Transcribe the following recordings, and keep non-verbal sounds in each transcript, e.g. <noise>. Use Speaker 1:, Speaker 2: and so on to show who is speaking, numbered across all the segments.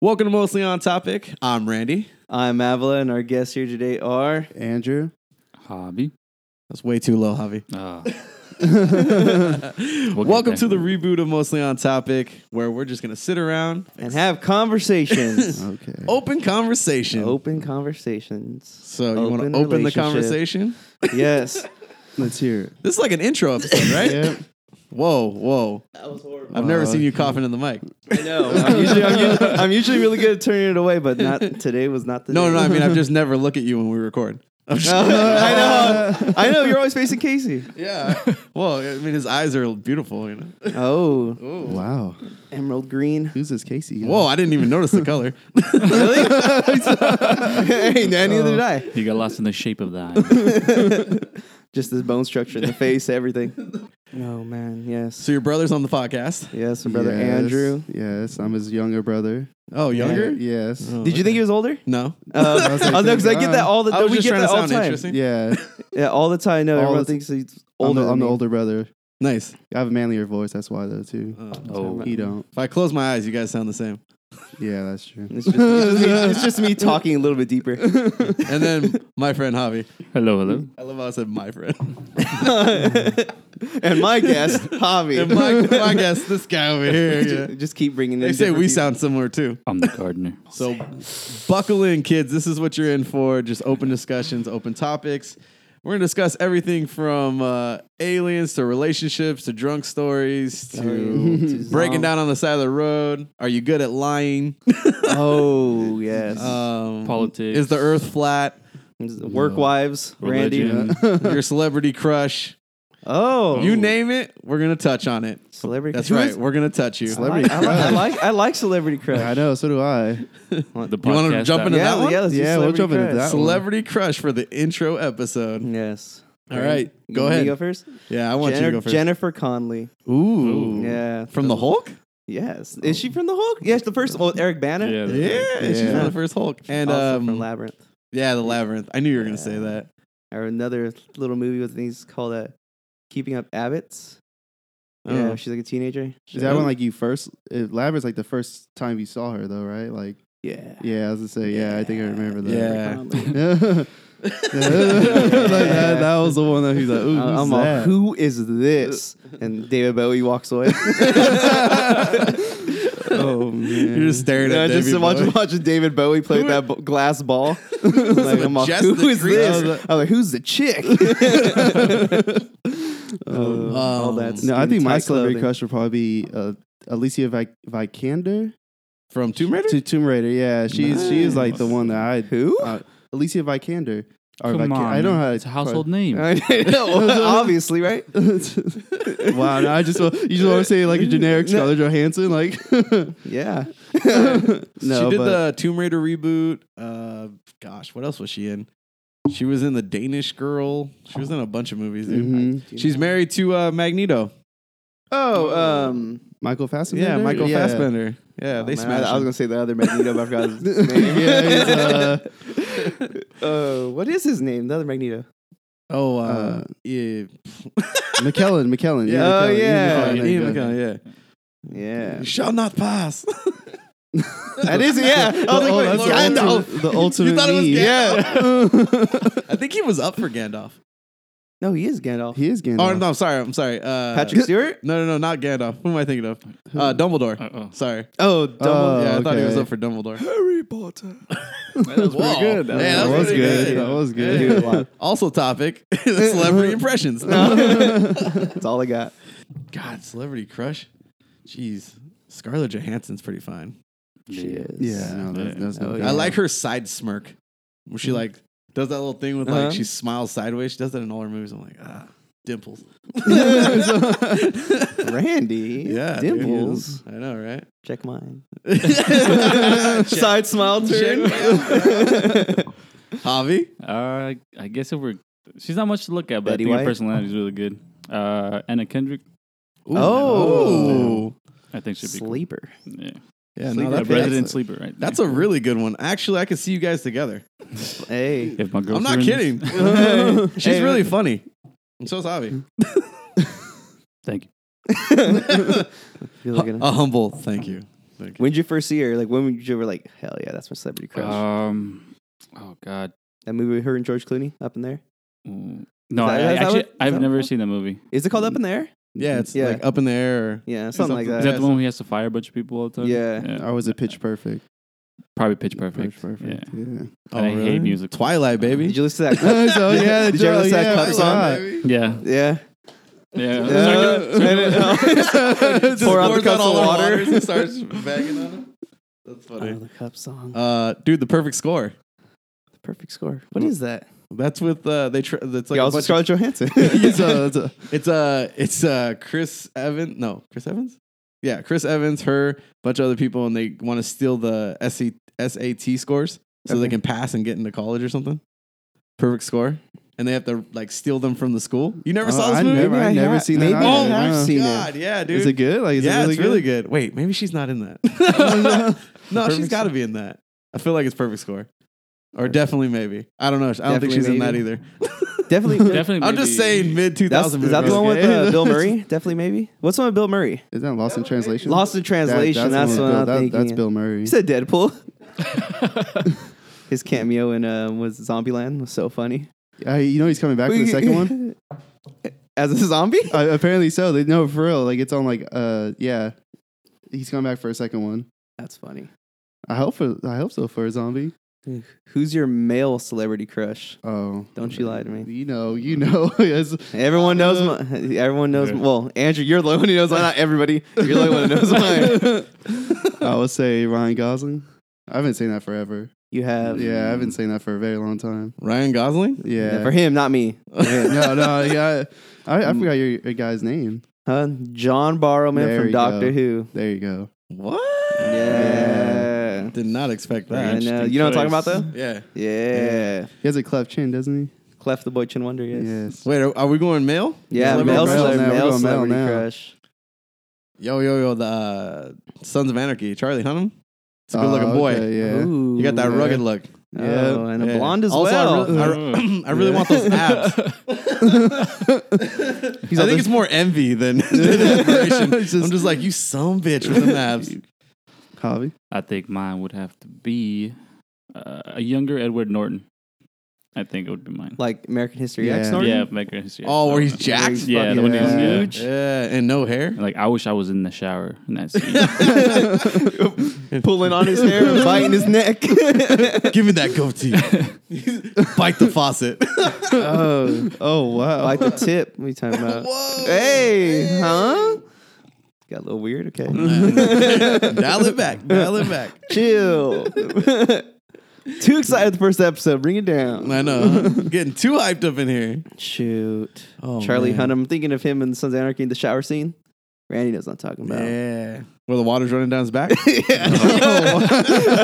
Speaker 1: Welcome to Mostly On Topic. I'm Randy.
Speaker 2: I'm Avila, and our guests here today are
Speaker 3: Andrew.
Speaker 4: Hobby.
Speaker 1: That's way too low, Javi.
Speaker 2: <laughs>
Speaker 4: Uh,
Speaker 1: <laughs> Welcome to the reboot of Mostly On Topic, where we're just gonna sit around,
Speaker 2: and
Speaker 1: <laughs>
Speaker 2: have
Speaker 1: Oh,
Speaker 2: conversations.
Speaker 3: Okay.
Speaker 1: open conversation.
Speaker 2: Open conversations.
Speaker 1: so you want
Speaker 2: open
Speaker 1: to open the
Speaker 2: relationship.
Speaker 1: conversation? <laughs>
Speaker 2: Yes.
Speaker 3: Let's hear it.
Speaker 1: This is like an intro episode,
Speaker 2: <laughs>
Speaker 1: right?
Speaker 3: Yep.
Speaker 1: Whoa, whoa!
Speaker 2: that was horrible.
Speaker 1: I've never
Speaker 3: Wow.
Speaker 1: seen you coughing in the mic.
Speaker 2: I know. I'm usually, I'm usually, I'm usually really good at turning it away,
Speaker 1: <laughs>
Speaker 2: but not today was not the
Speaker 1: No,
Speaker 2: day.
Speaker 1: no, I mean I've just never look at you when we
Speaker 2: <laughs>
Speaker 1: record. I'm just-
Speaker 2: I know. <laughs> I know. You're always facing Casey.
Speaker 1: <laughs> yeah. Well, I mean his eyes are beautiful. You know.
Speaker 2: Oh,
Speaker 3: Wow.
Speaker 2: emerald green.
Speaker 3: Who's this Casey? guy?
Speaker 1: Whoa! I didn't even notice the color.
Speaker 2: <laughs> Really? <laughs> hey, no, neither
Speaker 1: Oh.
Speaker 2: did I.
Speaker 4: <laughs> You got lost in the shape of that.
Speaker 2: Just the bone structure, the
Speaker 1: <laughs>
Speaker 2: face, everything. Oh man, yes,
Speaker 1: So your brother's on the podcast.
Speaker 2: yes, my brother
Speaker 3: Yes.
Speaker 2: Andrew.
Speaker 3: Yes, I'm his younger brother.
Speaker 1: Oh, younger?
Speaker 3: Yes.
Speaker 1: Oh,
Speaker 2: Did you think he was older?
Speaker 1: No.
Speaker 2: Uh,
Speaker 3: I was
Speaker 2: I
Speaker 3: like,
Speaker 2: was because I
Speaker 3: thank
Speaker 2: get that
Speaker 3: God.
Speaker 2: all the
Speaker 1: I was
Speaker 2: we
Speaker 1: just
Speaker 2: get
Speaker 1: trying
Speaker 2: that
Speaker 1: to
Speaker 2: all
Speaker 1: sound
Speaker 2: the time.
Speaker 1: interesting.
Speaker 3: <laughs> Yeah.
Speaker 2: Yeah, all the time. No,
Speaker 3: All
Speaker 2: everyone
Speaker 3: the-
Speaker 2: thinks he's
Speaker 3: I'm
Speaker 2: older.
Speaker 3: the, I'm
Speaker 2: than
Speaker 3: the
Speaker 2: me.
Speaker 3: older brother.
Speaker 1: Nice.
Speaker 3: I have a manlier voice. That's why, though, too.
Speaker 1: Uh,
Speaker 4: Oh,
Speaker 3: He don't.
Speaker 1: If I close my eyes, you guys sound the same.
Speaker 3: Yeah, that's true.
Speaker 2: It's just, it's, just me, it's just
Speaker 1: <laughs>
Speaker 2: me talking a little bit deeper.
Speaker 1: And <laughs> then my friend Javi.
Speaker 4: hello, hello.
Speaker 1: I love how I said my friend.
Speaker 2: and my guest,
Speaker 1: And
Speaker 2: Javi.
Speaker 1: <laughs> my, my guess, this guy <laughs> over here. yeah.
Speaker 2: Ju- <laughs> Just keep bringing. In
Speaker 1: They say
Speaker 2: different
Speaker 1: we
Speaker 2: people.
Speaker 1: sound similar too.
Speaker 4: I'm the gardener.
Speaker 1: So buckle in, kids. This is what you're in for. Just open discussions, open topics. We're going to discuss everything from uh, aliens to relationships to drunk stories <laughs> to
Speaker 2: To
Speaker 1: breaking
Speaker 2: zom-
Speaker 1: down on the side of the road. Are you good at <laughs> lying?
Speaker 2: Oh yes,
Speaker 1: Um,
Speaker 4: Politics.
Speaker 1: Is the earth flat?
Speaker 2: work wives, Randy.
Speaker 4: Religion.
Speaker 1: Your celebrity crush?
Speaker 2: Oh,
Speaker 1: You name it, we're going to touch on it.
Speaker 2: celebrity.
Speaker 1: That's
Speaker 2: Who
Speaker 1: right.
Speaker 2: is-
Speaker 1: We're going to touch you.
Speaker 2: I like, I, like, I like I like celebrity crush.
Speaker 3: <laughs> I know. So do I.
Speaker 4: The
Speaker 1: You wanna
Speaker 4: podcast
Speaker 1: jump
Speaker 4: that-
Speaker 1: into
Speaker 2: Yeah,
Speaker 1: that one?
Speaker 2: yeah, let's do
Speaker 3: Yeah, we'll
Speaker 2: celebrity
Speaker 3: jump into
Speaker 2: crush.
Speaker 3: that one.
Speaker 1: Celebrity crush for the intro episode.
Speaker 2: Yes.
Speaker 1: All right,
Speaker 2: You
Speaker 1: go
Speaker 2: want me
Speaker 1: ahead.
Speaker 2: to Go first.
Speaker 1: Yeah, I want
Speaker 2: Jenner-
Speaker 1: you to go first.
Speaker 2: Jennifer Conley.
Speaker 1: Ooh.
Speaker 2: Yeah.
Speaker 1: From the Hulk?
Speaker 2: Yes. Is she from the Hulk? Yes, the first. Oh, Eric Bana.
Speaker 4: Yeah.
Speaker 1: Yeah, she's
Speaker 3: Yeah.
Speaker 1: from the first Hulk. And
Speaker 2: And also
Speaker 1: um,
Speaker 2: from Labyrinth.
Speaker 1: yeah, the Labyrinth. I knew you were gonna
Speaker 2: Yeah.
Speaker 1: say
Speaker 2: <laughs>
Speaker 1: that.
Speaker 2: Or another little movie with these called uh, Keeping Up Abbots.
Speaker 1: Oh.
Speaker 2: Yeah, she's like a teenager.
Speaker 3: Is that when like you first? It, Labyrinth's like the first time you saw her, though, right? Like,
Speaker 2: Yeah.
Speaker 3: yeah, I was gonna say, yeah, I think I remember that.
Speaker 1: Yeah.
Speaker 2: <laughs>
Speaker 3: <laughs>
Speaker 2: Conley.
Speaker 3: Yeah. Like, that, that was the one that he's like, ooh,
Speaker 2: I'm
Speaker 3: who's
Speaker 2: all,
Speaker 3: that?
Speaker 2: who is
Speaker 3: <laughs>
Speaker 2: this? And David Bowie walks away.
Speaker 3: Oh
Speaker 1: <laughs>
Speaker 3: man.
Speaker 1: You're just staring
Speaker 2: Yeah,
Speaker 1: at
Speaker 2: just
Speaker 1: Davey
Speaker 2: watch,
Speaker 1: Boy.
Speaker 2: watching David Bowie play
Speaker 1: Who-
Speaker 2: with that b- glass
Speaker 3: <laughs>
Speaker 2: ball. <laughs> like, I'm all,
Speaker 1: majestic
Speaker 2: who is
Speaker 1: creature."
Speaker 2: this? I'm like, who's the
Speaker 3: <laughs>
Speaker 2: chick? <laughs> Oh,
Speaker 3: Um,
Speaker 2: all
Speaker 1: Um,
Speaker 2: that.
Speaker 3: no, I
Speaker 2: skin
Speaker 3: think my
Speaker 2: tight
Speaker 3: celebrity
Speaker 2: clothing.
Speaker 3: crush would probably be uh, Alicia Vik- Vikander
Speaker 1: From Tomb Raider? <laughs>
Speaker 2: <laughs>
Speaker 3: to Tomb Raider. Yeah, she's she is like the
Speaker 4: Nice.
Speaker 3: one that I
Speaker 2: Who?
Speaker 3: uh, Alicia Vikander. Or
Speaker 4: Come
Speaker 3: Vika-
Speaker 4: on,
Speaker 3: I don't know how to
Speaker 4: it's a household name.
Speaker 2: I know, <laughs> obviously,
Speaker 3: <laughs>
Speaker 2: right?
Speaker 3: wow, no, I just wa- you just want to say like a <laughs> generic Scarlett Johansson, like <laughs> no,
Speaker 2: Yeah.
Speaker 1: she did
Speaker 3: but
Speaker 1: the Tomb Raider reboot. Uh, gosh, what else was she in? She was in the Danish Girl. She was in a bunch of movies. Dude.
Speaker 2: Mm-hmm.
Speaker 3: Mhm.
Speaker 1: She's married to uh, Magneto.
Speaker 2: Oh, um,
Speaker 3: Michael Fassbender.
Speaker 1: Yeah, Michael Fassbender. Yeah,
Speaker 2: oh,
Speaker 1: they
Speaker 2: man,
Speaker 1: smashed.
Speaker 2: I, I was
Speaker 1: him.
Speaker 2: gonna say the other Magneto, but I forgot his name.
Speaker 3: <laughs> yeah, he's,
Speaker 2: <laughs>
Speaker 3: uh,
Speaker 2: Uh, what is his name? The other Magneto.
Speaker 1: Oh, uh,
Speaker 3: Uh,
Speaker 1: yeah.
Speaker 3: McKellen. McKellen.
Speaker 1: Yeah.
Speaker 2: Oh,
Speaker 3: McKellen, Ian
Speaker 2: yeah.
Speaker 3: McKellen,
Speaker 1: Ian
Speaker 3: there you go.
Speaker 1: McKellen, yeah.
Speaker 2: Yeah,
Speaker 1: Shall not <laughs> pass.
Speaker 2: that is. Yeah, I was
Speaker 3: The-
Speaker 2: like,
Speaker 3: oh,
Speaker 2: wait,
Speaker 3: that's the
Speaker 2: Gandalf.
Speaker 3: ultimate- the <laughs> ultimate.
Speaker 1: you thought it was
Speaker 3: meme.
Speaker 1: Gandalf. <laughs> I think he was up for Gandalf.
Speaker 2: No, he is Gandalf.
Speaker 3: He is Gandalf.
Speaker 1: Oh no, I'm sorry. I'm sorry. Uh, <laughs>
Speaker 2: Patrick Stewart.
Speaker 1: No, no, no, not Gandalf. Who am I thinking of? Uh, Dumbledore.
Speaker 4: Uh-oh.
Speaker 1: Sorry.
Speaker 2: Oh, Dumbledore.
Speaker 3: Oh,
Speaker 1: yeah, I thought he was
Speaker 3: okay.
Speaker 1: up for Dumbledore.
Speaker 2: Harry Potter.
Speaker 1: <laughs> That was pretty
Speaker 3: good. That was- that was good. That was good.
Speaker 1: Yeah. Also, topic <laughs> celebrity impressions. <laughs>
Speaker 2: That's all I got.
Speaker 1: God, celebrity crush. Jeez, Scarlett Johansson's pretty fine.
Speaker 2: She is.
Speaker 3: <laughs> Yeah, no, that's, that's no
Speaker 2: Oh,
Speaker 3: good.
Speaker 2: yeah. Mm-hmm.
Speaker 1: I like her side smirk. Where she like does that little thing with
Speaker 2: Uh-huh.
Speaker 1: like she smiles sideways. She does that in all her movies. I'm like, ah, dimples.
Speaker 2: Randy.
Speaker 1: Yeah, dude.
Speaker 2: Dimples.
Speaker 1: I know, right?
Speaker 2: Check mine.
Speaker 1: Javi,
Speaker 2: Side smile turn.
Speaker 1: <laughs>
Speaker 4: Uh, I guess if we're, she's not much to look at, but
Speaker 2: Betty
Speaker 4: I think
Speaker 2: White?
Speaker 4: her personality is really good. Uh, Anna Kendrick,
Speaker 2: Oh.
Speaker 1: Ooh.
Speaker 4: I think she'd be cool.
Speaker 2: Sleeper.
Speaker 4: Yeah.
Speaker 1: oh, yeah,
Speaker 3: Sleep
Speaker 1: no, that,
Speaker 3: at
Speaker 4: A
Speaker 3: Okay,
Speaker 4: resident
Speaker 3: that's-
Speaker 4: sleeper, right?
Speaker 1: that's a really good one. Actually, I could see you guys together.
Speaker 2: Hey.
Speaker 4: If my girl.
Speaker 1: I'm not kidding.
Speaker 2: <laughs>
Speaker 1: She's
Speaker 2: Hey,
Speaker 1: really funny. And so is
Speaker 2: <laughs>
Speaker 1: Javi.
Speaker 4: Thank you.
Speaker 2: You're
Speaker 1: H- <laughs>
Speaker 2: looking
Speaker 1: uh, A humble thank you. Thank you.
Speaker 2: When did you first see her? Like when did you were like, hell yeah, that's my celebrity crush.
Speaker 4: Um, oh God,
Speaker 2: that movie with her and George Clooney up in there.
Speaker 4: Mm. no,
Speaker 2: Is
Speaker 4: I,
Speaker 2: that-
Speaker 4: I
Speaker 2: is that
Speaker 4: actually
Speaker 2: what- is
Speaker 4: I've
Speaker 2: that
Speaker 4: never
Speaker 2: what-
Speaker 4: seen that movie.
Speaker 2: Is it called Up in There?
Speaker 1: Yeah, it's
Speaker 2: Yeah.
Speaker 1: like up in the air. Or,
Speaker 2: Yeah, something like
Speaker 1: Something-
Speaker 2: that.
Speaker 4: Is that the one where he has to fire a bunch of people all the time?
Speaker 2: Yeah.
Speaker 3: Or was it Pitch Perfect?
Speaker 4: probably Pitch Perfect.
Speaker 3: Pitch Perfect.
Speaker 4: Yeah.
Speaker 3: Yeah.
Speaker 1: Oh,
Speaker 4: I hate music.
Speaker 1: Twilight, baby.
Speaker 2: Did you listen to that?
Speaker 3: <laughs> Oh, so, yeah,
Speaker 2: Did you ever
Speaker 3: Joe,
Speaker 2: listen to
Speaker 3: yeah,
Speaker 2: that cup
Speaker 3: why
Speaker 2: song?
Speaker 1: <laughs>
Speaker 3: not?
Speaker 4: Yeah.
Speaker 2: Yeah.
Speaker 4: Yeah.
Speaker 2: Yeah. I don't <laughs> know.
Speaker 1: Just
Speaker 2: Pour out the
Speaker 1: pours
Speaker 2: cups
Speaker 1: all
Speaker 2: of
Speaker 1: her
Speaker 2: water.
Speaker 1: waters and starts banging on him. That's
Speaker 2: Oh,
Speaker 1: funny.
Speaker 2: the cup song.
Speaker 1: Uh, dude, the perfect score.
Speaker 2: the perfect score. What is that?
Speaker 1: That's with uh, they. Tr- that's like
Speaker 2: Yeah,
Speaker 1: a
Speaker 2: also
Speaker 1: bunch
Speaker 2: Scarlett
Speaker 3: <laughs>
Speaker 2: Johansson. <laughs>
Speaker 3: It's
Speaker 1: <laughs>
Speaker 3: a- it's a-
Speaker 1: of- it's uh it's uh Chris Evans. No, Chris Evans. Yeah, Chris Evans, her, bunch of other people, and they want to steal the E, SC- SAT scores so they
Speaker 2: Okay.
Speaker 1: can pass and get into college or something. Perfect score, and they have to like steal them from the school. You never
Speaker 3: Oh,
Speaker 1: saw this
Speaker 3: I
Speaker 1: movie?
Speaker 3: never- I've never seen that
Speaker 2: Maybe
Speaker 3: either.
Speaker 2: I
Speaker 3: Oh,
Speaker 2: have
Speaker 3: wow.
Speaker 2: seen it.
Speaker 1: God, yeah, dude.
Speaker 3: Is it good? Like, is
Speaker 1: yeah,
Speaker 3: it really
Speaker 1: it's
Speaker 3: good?
Speaker 1: really good. Wait, maybe she's not in that. <laughs> no, she's
Speaker 3: Perfect
Speaker 1: got to be in that. I feel like it's perfect score, or definitely maybe. I don't know. I don't think
Speaker 2: Definitely
Speaker 1: she's in that
Speaker 2: maybe.
Speaker 1: either.
Speaker 2: Definitely.
Speaker 4: Definitely.
Speaker 1: I'm just
Speaker 4: maybe-
Speaker 1: saying mid
Speaker 2: That's,
Speaker 1: 2000.
Speaker 2: is that the one with
Speaker 3: Okay.
Speaker 2: uh,
Speaker 3: <laughs>
Speaker 2: Bill Murray? Definitely, maybe. What's the one with Bill Murray?
Speaker 3: Isn't that Lost in Translation?
Speaker 2: Lost in Translation.
Speaker 3: That-
Speaker 2: that's
Speaker 3: the
Speaker 2: what
Speaker 3: one with
Speaker 2: I'm
Speaker 3: Bill- that-
Speaker 2: thinking.
Speaker 3: That's Bill Murray.
Speaker 2: You said Deadpool.
Speaker 3: <laughs>
Speaker 2: His cameo in um, was Zombieland was so funny.
Speaker 3: I, you know he's coming back for the second
Speaker 2: <laughs>
Speaker 3: one.
Speaker 2: as a zombie.
Speaker 3: Uh, apparently so. They no for real. Like it's on like uh yeah. He's coming back for a second one.
Speaker 2: That's funny.
Speaker 3: I hope for I hope so for a zombie.
Speaker 2: Who's your male celebrity crush?
Speaker 3: Oh,
Speaker 2: Don't you lie to me.
Speaker 3: You know, you <laughs> know. yes.
Speaker 2: Everyone knows.
Speaker 3: Uh,
Speaker 2: My, everyone knows.
Speaker 4: Yeah.
Speaker 2: Well, Andrew, you're the only one who knows. Mine. Not everybody. You're the only one
Speaker 3: <laughs>
Speaker 2: who knows mine.
Speaker 3: I would say Ryan Gosling. I haven't seen that forever.
Speaker 2: You have.
Speaker 3: Yeah, I haven't seen that for a very long time.
Speaker 1: Ryan Gosling?
Speaker 3: Yeah.
Speaker 2: For him, not me.
Speaker 3: <laughs> Yeah, no, no. Yeah, I, I forgot your, your guy's name.
Speaker 2: Huh? John Barrowman
Speaker 3: There
Speaker 2: from
Speaker 3: you
Speaker 2: Doctor
Speaker 3: go.
Speaker 2: Who.
Speaker 3: There you go.
Speaker 1: <laughs> What?
Speaker 2: Yeah.
Speaker 1: Did not expect
Speaker 2: I
Speaker 1: that.
Speaker 2: know.
Speaker 4: interesting
Speaker 2: You know what I'm talking about
Speaker 4: choice.
Speaker 1: Yeah.
Speaker 2: though? Yeah.
Speaker 3: He has a cleft chin, doesn't
Speaker 2: Clef the Boy Chin Wonder,
Speaker 3: he?
Speaker 2: yes.
Speaker 1: Wait, are, are we going male?
Speaker 2: Yeah,
Speaker 1: Celebrity
Speaker 2: male,
Speaker 1: crush?
Speaker 2: celebrity,
Speaker 3: now, we're
Speaker 2: male
Speaker 3: going male
Speaker 2: celebrity
Speaker 3: now.
Speaker 2: crush.
Speaker 1: Yo, yo, yo. The uh, Sons of Anarchy. Charlie Hunnam. It's a good looking
Speaker 3: Oh,
Speaker 1: boy.
Speaker 3: okay, yeah.
Speaker 2: Ooh.
Speaker 1: You got that
Speaker 3: Yeah.
Speaker 1: rugged look.
Speaker 2: Oh, and a
Speaker 1: Yeah.
Speaker 2: blonde as
Speaker 1: also,
Speaker 2: well.
Speaker 1: I really, <clears throat> I, I really want those
Speaker 2: <laughs>
Speaker 1: abs. I think it's more envy than, <laughs>
Speaker 2: <laughs>
Speaker 1: than admiration. I'm just like, you some bitch with them
Speaker 2: <laughs>
Speaker 1: abs.
Speaker 3: Hobby.
Speaker 4: I think mine would have to be uh, a younger Edward Norton. I think it would be mine.
Speaker 2: like American History
Speaker 3: Yeah.
Speaker 2: X. Norton?
Speaker 4: yeah, American History.
Speaker 1: Oh, where he's
Speaker 2: Where
Speaker 1: jacked?
Speaker 2: he's
Speaker 4: Yeah,
Speaker 2: fucking
Speaker 4: the one he's- yeah.
Speaker 2: huge.
Speaker 1: Yeah, and no hair.
Speaker 4: <laughs> Like I wish I was in the shower
Speaker 1: <laughs>
Speaker 4: in that scene.
Speaker 2: Pulling on his hair, and biting his neck.
Speaker 1: Give me that
Speaker 2: <laughs>
Speaker 1: goatee. Bite the faucet.
Speaker 2: <laughs>
Speaker 3: Oh, oh wow.
Speaker 2: like the tip. What are you talking about?
Speaker 1: Whoa.
Speaker 2: Hey, huh? Got a little weird.
Speaker 1: <laughs>
Speaker 2: Okay,
Speaker 1: dial it back. Dial it back.
Speaker 2: chill. <laughs> Too excited the first episode. Bring it down.
Speaker 1: I know. huh? Getting too hyped up in here.
Speaker 2: Shoot,
Speaker 1: Oh,
Speaker 2: Charlie
Speaker 1: man.
Speaker 2: Hunnam. I'm thinking of him in Sons of Anarchy in the shower scene. Randy knows what I'm talking about.
Speaker 1: Yeah. Where the water's running down his
Speaker 2: <laughs>
Speaker 1: back. Oh. <laughs>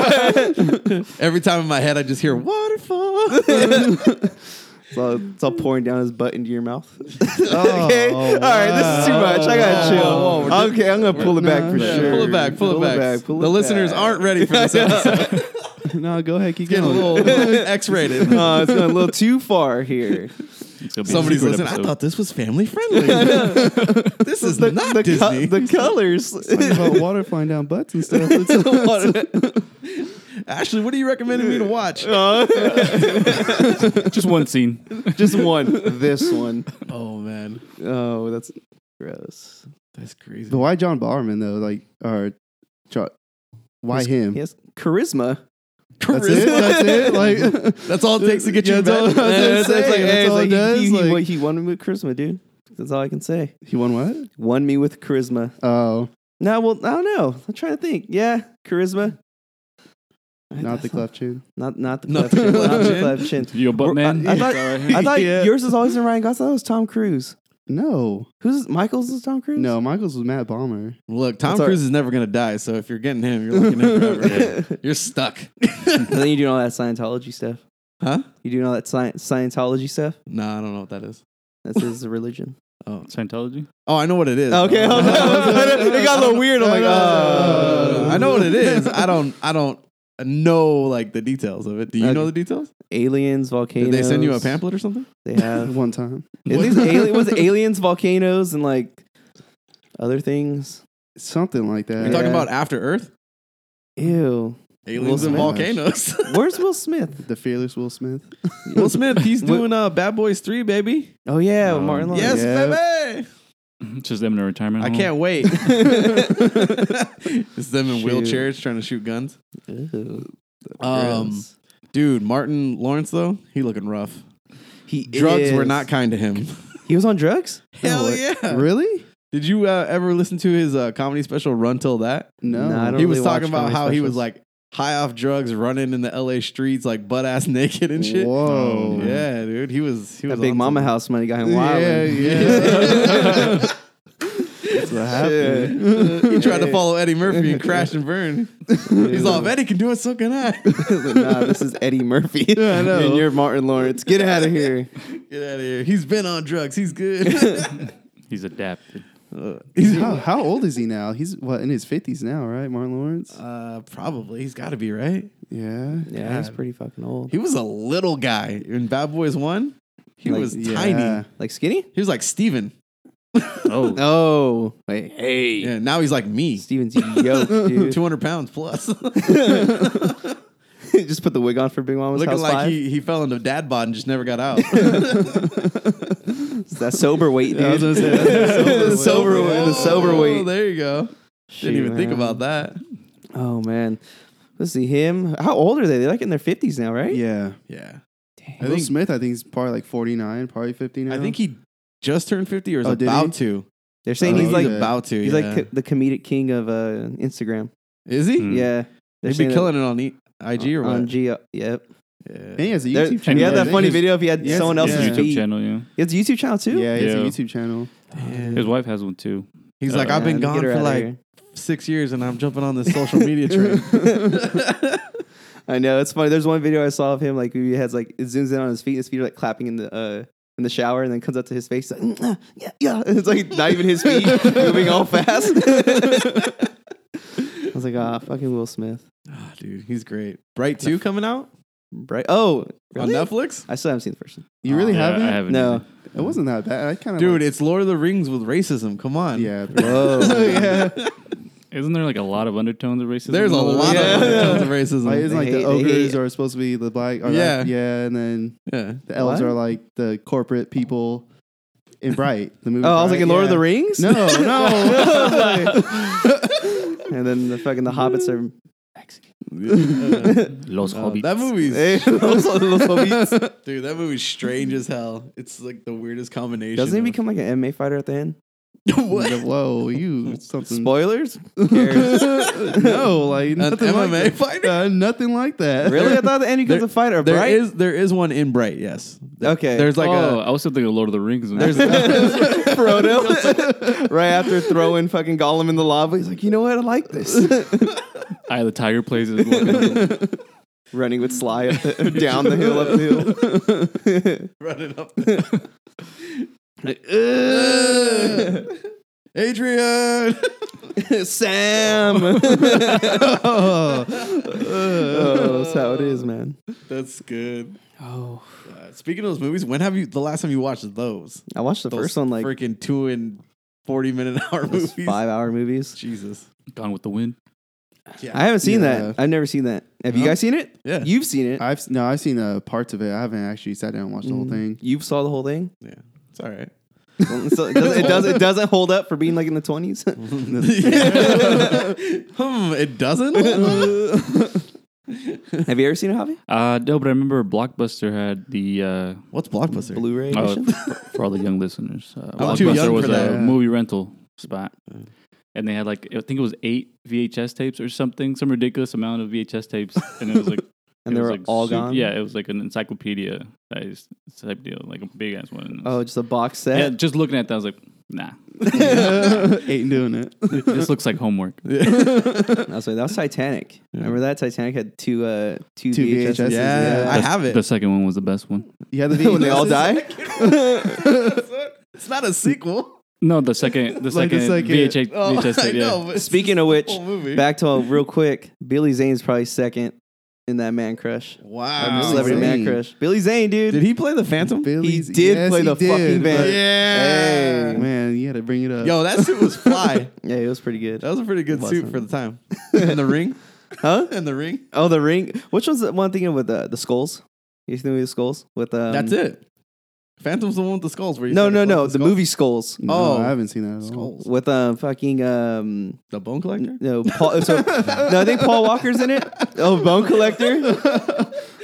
Speaker 1: Every time in my head, I just hear waterfall.
Speaker 2: It's all, it's all pouring down his butt into your mouth. <laughs>
Speaker 3: Oh,
Speaker 2: okay. All right. This is too
Speaker 3: wow.
Speaker 2: much. I gotta
Speaker 3: Oh,
Speaker 2: chill. okay. I'm gonna pull it back
Speaker 1: <laughs>
Speaker 2: for
Speaker 1: Yeah,
Speaker 2: sure.
Speaker 1: Pull it back. Pull, it back.
Speaker 2: pull
Speaker 1: the
Speaker 2: it
Speaker 1: listeners
Speaker 2: back.
Speaker 1: aren't ready for this episode.
Speaker 3: no, go ahead. Keep
Speaker 1: Getting a
Speaker 3: going.
Speaker 2: <laughs>
Speaker 1: little, little X-rated.
Speaker 2: <laughs> No, it's going a little too far
Speaker 1: <laughs>
Speaker 2: here.
Speaker 4: It's gonna be a
Speaker 1: Somebody's
Speaker 4: secret
Speaker 1: listening. I
Speaker 4: episode.
Speaker 1: thought this was family friendly.
Speaker 2: <laughs>
Speaker 1: this is
Speaker 2: The,
Speaker 1: not
Speaker 2: the, co-
Speaker 1: Disney.
Speaker 2: the colors. <laughs>
Speaker 3: Talking about water flying down butts and stuff. It's
Speaker 1: Ashley, what are you recommending me to
Speaker 2: <laughs>
Speaker 1: watch?
Speaker 4: just
Speaker 1: <laughs>
Speaker 4: one scene.
Speaker 2: <laughs> Just one. This one.
Speaker 1: Oh man,
Speaker 2: Oh, that's gross.
Speaker 1: that's crazy.
Speaker 3: But why John Barman though? Like, or John, why
Speaker 2: He's-
Speaker 3: him?
Speaker 2: He has charisma.
Speaker 3: That's
Speaker 1: <laughs>
Speaker 3: it. That's
Speaker 2: <laughs>
Speaker 3: it. Like, <laughs>
Speaker 1: That's all it takes to get you
Speaker 3: Yeah,
Speaker 1: in
Speaker 3: that's all-
Speaker 1: bed.
Speaker 3: that's what I'm
Speaker 2: It's like,
Speaker 3: saying.
Speaker 2: hey,
Speaker 3: That's
Speaker 2: it's
Speaker 3: all
Speaker 2: like
Speaker 3: it
Speaker 2: he-
Speaker 3: does.
Speaker 2: he, he,
Speaker 3: Like,
Speaker 2: he won me with charisma, dude. That's all I can say.
Speaker 3: he won what?
Speaker 2: Won me with charisma.
Speaker 3: Oh,
Speaker 2: No, well, I don't know. I'm trying to think. Yeah, charisma.
Speaker 3: not the cleft chin.
Speaker 2: Not not the
Speaker 1: Not
Speaker 2: cleft chin.
Speaker 1: the
Speaker 2: Not the
Speaker 1: chin.
Speaker 2: cleft chin.
Speaker 3: <laughs>
Speaker 4: You a butt
Speaker 2: We're-
Speaker 4: man?
Speaker 2: I- I thought- I thought
Speaker 1: Yeah.
Speaker 2: yours was always in Ryan Gosling. That was Tom Cruise.
Speaker 3: No,
Speaker 2: Who's Michael's? Is Tom Cruise?
Speaker 3: <laughs> no. Michael's was Matt Bomber.
Speaker 1: <laughs> Look, Tom
Speaker 2: That's all
Speaker 1: Cruise is never gonna die, so if you're getting him, you're looking at him forever.
Speaker 2: <laughs>
Speaker 1: You're stuck. <laughs>
Speaker 2: and then you're doing all that Scientology stuff.
Speaker 1: Huh?
Speaker 2: You're doing all that sci- Scientology stuff.
Speaker 1: No, I don't know what that is.
Speaker 2: That's
Speaker 3: <laughs>
Speaker 2: his religion.
Speaker 4: Scientology. <laughs>
Speaker 1: Oh, I know what it is.
Speaker 2: <laughs> Okay, hold on. it got a little weird.
Speaker 1: <laughs>
Speaker 2: I'm like,
Speaker 1: Uh,
Speaker 2: oh.
Speaker 1: I know what it is. I don't. I don't know like the details of it. Do you
Speaker 2: Okay.
Speaker 1: know the details?
Speaker 2: Aliens, volcanoes.
Speaker 1: Did they send you a pamphlet or something?
Speaker 2: They
Speaker 1: <laughs>
Speaker 2: have.
Speaker 3: <laughs> One time.
Speaker 2: At least ali- was it aliens, volcanoes, and like other things?
Speaker 3: Something like
Speaker 1: You're
Speaker 3: that.
Speaker 2: Yeah.
Speaker 1: talking about After Earth?
Speaker 2: Ew.
Speaker 1: Aliens and
Speaker 2: Smith.
Speaker 1: volcanoes.
Speaker 2: Where's <laughs> Will Smith?
Speaker 3: The fearless Will Smith.
Speaker 1: <laughs> Will Smith, he's
Speaker 2: What-
Speaker 1: doing uh, Bad Boys 3, baby.
Speaker 2: Oh yeah,
Speaker 4: Um,
Speaker 2: Martin. Lawrence.
Speaker 1: yes,
Speaker 3: yeah.
Speaker 1: baby.
Speaker 4: Just them in a retirement.
Speaker 1: I
Speaker 2: Mm-hmm.
Speaker 4: home.
Speaker 1: can't
Speaker 2: <laughs>
Speaker 1: wait. it's them in
Speaker 3: Shoot.
Speaker 1: wheelchairs trying to shoot guns.
Speaker 2: Ew.
Speaker 1: Um,
Speaker 2: Gross.
Speaker 1: dude, Martin Lawrence though, he looking rough.
Speaker 2: he
Speaker 1: Drugs were
Speaker 2: is-
Speaker 1: not kind to him.
Speaker 2: He was on drugs.
Speaker 1: <laughs> Hell
Speaker 3: Oh,
Speaker 1: yeah!
Speaker 3: Really?
Speaker 1: Did you uh, ever listen to his uh, comedy special Run Till That?
Speaker 3: No.
Speaker 2: Nah, I don't
Speaker 1: He was
Speaker 2: really watch
Speaker 1: talking about
Speaker 2: comedy
Speaker 1: how he was
Speaker 2: specials.
Speaker 1: like high off drugs, running in the L.A. streets like butt ass <laughs> naked and shit.
Speaker 3: Whoa.
Speaker 4: Oh,
Speaker 1: Yeah, dude, he was. He was
Speaker 2: That big
Speaker 1: on
Speaker 2: mama
Speaker 1: something.
Speaker 2: house money got him wild. <laughs>
Speaker 3: Yeah, yeah. That's
Speaker 1: <laughs>
Speaker 3: what happened.
Speaker 1: he tried to follow Eddie Murphy and crash and
Speaker 2: <laughs>
Speaker 1: burn. He's all, if Eddie can do it, so can I. <laughs>
Speaker 2: nah, this is Eddie Murphy.
Speaker 3: Yeah, I know.
Speaker 2: And you're Martin Lawrence. Get
Speaker 1: <laughs>
Speaker 2: out of here.
Speaker 1: Get out of here. He's been on drugs. He's
Speaker 2: <laughs>
Speaker 1: good. <laughs>
Speaker 4: He's adapted.
Speaker 1: Uh, he's
Speaker 3: How, how old is he now? He's what in his fifties now, right? Martin Lawrence.
Speaker 1: uh, probably. He's got to be right.
Speaker 3: yeah. <laughs>
Speaker 2: Yeah, he's pretty fucking old.
Speaker 1: He was a little guy in Bad Boys One. He
Speaker 2: Like,
Speaker 1: was
Speaker 3: yeah.
Speaker 1: tiny.
Speaker 2: Like skinny?
Speaker 1: He was like Steven.
Speaker 4: Oh,
Speaker 2: Oh, wait.
Speaker 4: hey.
Speaker 1: Yeah, now he's like me.
Speaker 2: Steven's
Speaker 1: <laughs>
Speaker 2: yoked, dude. <laughs>
Speaker 1: Two hundred pounds plus,
Speaker 2: Just put the wig on for Big
Speaker 1: <laughs>
Speaker 2: Mama's
Speaker 1: looking
Speaker 2: House
Speaker 1: like
Speaker 2: Five.
Speaker 1: he, he fell into dad bod and just never got
Speaker 2: <laughs>
Speaker 1: out.
Speaker 2: It's that sober weight,
Speaker 3: Yeah, I was
Speaker 1: <laughs>
Speaker 2: dude.
Speaker 3: gonna say, that's
Speaker 2: the <laughs> sober weight. The sober
Speaker 1: Oh,
Speaker 2: weight.
Speaker 1: there you go. Didn't even think
Speaker 2: man.
Speaker 1: about that.
Speaker 2: Oh man, let's see him. How old are they? They're like in their fifties now, right?
Speaker 3: Yeah.
Speaker 1: Yeah,
Speaker 3: Will
Speaker 1: think-
Speaker 3: Smith, I think, is probably like forty nine, probably fifty now.
Speaker 1: I think he just turned fifty or is
Speaker 3: Oh, did
Speaker 1: about
Speaker 3: he?
Speaker 1: to.
Speaker 2: They're saying
Speaker 3: Oh,
Speaker 2: he's like
Speaker 3: okay.
Speaker 1: about to.
Speaker 2: he's
Speaker 1: yeah.
Speaker 2: like Hmm. co- the comedic king of uh, Instagram.
Speaker 1: is he?
Speaker 4: Mm.
Speaker 2: Yeah,
Speaker 1: He'd
Speaker 2: they're
Speaker 1: be
Speaker 2: saying
Speaker 1: killing it on e-
Speaker 2: that
Speaker 1: IG or what?
Speaker 2: on G. uh, Yep.
Speaker 1: Yeah.
Speaker 3: And he has a
Speaker 2: There-
Speaker 3: YouTube
Speaker 2: and
Speaker 3: channel.
Speaker 2: you had
Speaker 3: I
Speaker 2: that
Speaker 3: think
Speaker 2: funny
Speaker 3: his-
Speaker 2: video if you had
Speaker 3: Yes,
Speaker 2: someone
Speaker 4: His
Speaker 2: else's
Speaker 3: yeah.
Speaker 4: YouTube
Speaker 2: feed.
Speaker 4: channel, yeah.
Speaker 2: He has a YouTube channel too.
Speaker 3: Yeah, he has a
Speaker 4: Yeah.
Speaker 3: YouTube channel.
Speaker 1: Damn.
Speaker 4: His wife has one too.
Speaker 1: He's like, I've been
Speaker 2: Man,
Speaker 1: gone
Speaker 2: get her
Speaker 1: for
Speaker 2: outta
Speaker 1: like
Speaker 2: here.
Speaker 1: six years and I'm jumping on this social media
Speaker 2: <laughs>
Speaker 1: train.
Speaker 2: I know it's funny. There's one video I saw of him like he has like it zooms in on his feet. His feet are like clapping in the uh in the shower, and then comes up to his face like "Mm, ah, yeah yeah. <laughs> And it's like not even
Speaker 1: <laughs>
Speaker 2: his feet moving all fast. I was like, ah, fucking Will Smith.
Speaker 1: Ah, dude, he's great. Bright 2 coming out
Speaker 2: Right? Oh, really?
Speaker 1: on Netflix?
Speaker 2: I still haven't seen the first one.
Speaker 3: You really
Speaker 4: Yeah,
Speaker 3: haven't?
Speaker 4: I haven't.
Speaker 2: No.
Speaker 4: either.
Speaker 3: It wasn't that bad. I kind of
Speaker 1: Dude, it's Lord of the Rings with racism. Come on.
Speaker 3: yeah.
Speaker 2: Whoa.
Speaker 3: <laughs>
Speaker 2: <laughs>
Speaker 3: yeah.
Speaker 4: Isn't there like a lot of undertones of racism?
Speaker 1: There's a
Speaker 4: in the
Speaker 1: lot
Speaker 4: movie?
Speaker 1: of
Speaker 2: Yeah.
Speaker 1: tons of racism.
Speaker 3: Like, it's
Speaker 2: They
Speaker 3: like
Speaker 2: hate-
Speaker 3: the
Speaker 2: they hate
Speaker 3: ogres
Speaker 2: it.
Speaker 3: are supposed to be the black. Or
Speaker 1: Yeah.
Speaker 3: yeah, yeah, and then
Speaker 1: yeah.
Speaker 3: the elves
Speaker 2: What?
Speaker 3: are like the corporate people in Bright. The movie.
Speaker 2: Oh, I was
Speaker 3: Bright,
Speaker 2: like in Lord of
Speaker 3: yeah.
Speaker 2: the Rings. <laughs>
Speaker 3: No, no.
Speaker 2: and then the fucking the hobbits
Speaker 1: <laughs>
Speaker 2: are. Mexican.
Speaker 4: Los
Speaker 1: Uh,
Speaker 4: Hobbits.
Speaker 1: that movie's
Speaker 2: Hey, those- those hobbits.
Speaker 1: dude, that movie's strange as hell. It's like the weirdest combination.
Speaker 2: Doesn't he
Speaker 1: of-
Speaker 2: become like an MMA fighter at the end?
Speaker 1: what?
Speaker 3: Whoa, you something.
Speaker 2: Spoilers?
Speaker 3: no, like
Speaker 1: An
Speaker 3: nothing
Speaker 1: MMA
Speaker 3: like that. <laughs>
Speaker 1: fighter?
Speaker 3: Uh, nothing like that.
Speaker 2: really? I thought the end he becomes
Speaker 1: There-
Speaker 2: a fighter,
Speaker 1: There
Speaker 2: right?
Speaker 1: is- there is one in Bright, yes.
Speaker 2: okay.
Speaker 1: There's like
Speaker 4: oh,
Speaker 1: a
Speaker 4: I was still thinking of Lord of the Rings.
Speaker 2: There's Frodo right after throwing fucking Gollum in the lava. He's like, you know what? I like this. <laughs>
Speaker 4: Eye of the Tiger plays it. Walking-
Speaker 2: Running with Sly up the, <laughs> down the hill, up the
Speaker 1: <laughs> running up.
Speaker 2: hill.
Speaker 1: <laughs> Adrian.
Speaker 2: Sam.
Speaker 3: Oh.
Speaker 2: <laughs> oh, that's how it is, man.
Speaker 1: That's good.
Speaker 2: Oh,
Speaker 1: Uh, speaking of those movies, when have you the last time you watched those?
Speaker 2: I watched the
Speaker 1: Those
Speaker 2: first one like
Speaker 1: freaking two and forty minute hour
Speaker 2: those
Speaker 1: movies.
Speaker 2: five-hour movies.
Speaker 1: Jesus.
Speaker 4: Gone with the Wind.
Speaker 1: Yeah.
Speaker 2: I haven't seen
Speaker 3: Yeah.
Speaker 2: that. I've never seen that. Have you
Speaker 1: No?
Speaker 2: guys seen it?
Speaker 1: yeah.
Speaker 2: You've seen it.
Speaker 3: <laughs> I've no, I've seen uh, parts of it. I haven't actually sat down and watched the whole thing.
Speaker 2: You saw the whole <laughs> thing.
Speaker 1: yeah. It's all right. <laughs>
Speaker 2: So it, doesn't, it does. It doesn't hold up for being like in the <laughs> twenties.
Speaker 1: hmm, it
Speaker 2: <laughs>
Speaker 1: doesn't?
Speaker 2: Have you ever seen it, Javi?
Speaker 4: Uh, no, but I remember Blockbuster had the. Uh,
Speaker 1: What's Blockbuster?
Speaker 2: Blu-ray
Speaker 4: Oh,
Speaker 2: edition. <laughs>
Speaker 4: for, for all the young listeners, uh,
Speaker 1: I'm too
Speaker 4: Blockbuster
Speaker 1: young
Speaker 4: was
Speaker 1: for
Speaker 4: a
Speaker 1: that.
Speaker 4: movie rental spot, and they had like I think it was eight VHS tapes or something, some ridiculous amount of VHS tapes, and it was like.
Speaker 2: And
Speaker 4: it
Speaker 2: they
Speaker 4: was,
Speaker 2: were
Speaker 4: like,
Speaker 2: all
Speaker 4: super-
Speaker 2: gone?
Speaker 4: Yeah, it was like an encyclopedia size type deal, like a big ass one. And
Speaker 2: Oh, just a box
Speaker 4: it's- yeah,
Speaker 2: set.
Speaker 4: just looking at that, I was like, nah,
Speaker 3: Ain't doing it.
Speaker 4: this looks like homework.
Speaker 2: <laughs> I was like, that was Titanic. Remember that Titanic had two, uh, two,
Speaker 3: Two
Speaker 2: VHS.
Speaker 3: VHSs,
Speaker 1: yeah, I
Speaker 4: The-
Speaker 1: have it.
Speaker 4: The second one was the best one.
Speaker 3: You had the
Speaker 2: when they <laughs> all
Speaker 3: VHS? <laughs>
Speaker 2: die.
Speaker 1: it's not a sequel.
Speaker 4: No, the second, the
Speaker 3: Like the
Speaker 4: second,
Speaker 3: second-
Speaker 4: VHS,
Speaker 1: Oh, <laughs>
Speaker 4: VHS
Speaker 1: I
Speaker 4: tape. Yeah.
Speaker 1: know, but it's
Speaker 2: Speaking
Speaker 1: a
Speaker 2: of which,
Speaker 1: whole movie.
Speaker 2: back to real quick. Billy Zane's probably second in that man crush.
Speaker 1: wow.
Speaker 2: Celebrity man
Speaker 3: Zane.
Speaker 2: crush. Billy Zane, dude.
Speaker 1: Did he play the Phantom?
Speaker 3: Billy's-
Speaker 2: He did play the fucking
Speaker 3: but-
Speaker 2: band.
Speaker 1: Yeah.
Speaker 2: Hey.
Speaker 3: Man, you had to bring it up.
Speaker 1: Yo, that suit was fly.
Speaker 2: <laughs> yeah, it was pretty good.
Speaker 1: That was a pretty good
Speaker 2: It
Speaker 1: suit <laughs>
Speaker 2: <laughs> wasn't.
Speaker 1: for the time. And the ring.
Speaker 2: Huh?
Speaker 1: And the ring.
Speaker 2: Oh, the ring. Which one's the one thinking with the the skulls? You think the skulls with um,
Speaker 1: That's it. Phantom's the one with the skulls. Where you
Speaker 2: No,
Speaker 1: said
Speaker 2: no,
Speaker 1: fuck
Speaker 2: no. The
Speaker 1: skulls.
Speaker 2: movie Skulls Uh,
Speaker 3: No,
Speaker 1: Oh.
Speaker 3: I haven't seen that. At all.
Speaker 1: Skulls. Oh,
Speaker 2: with um fucking um
Speaker 1: The bone
Speaker 2: <laughs>
Speaker 1: collector.
Speaker 2: no
Speaker 1: <laughs>
Speaker 2: Paul. So, no, I think Paul Walker's in it. Oh, Bone
Speaker 1: <laughs>
Speaker 2: Collector.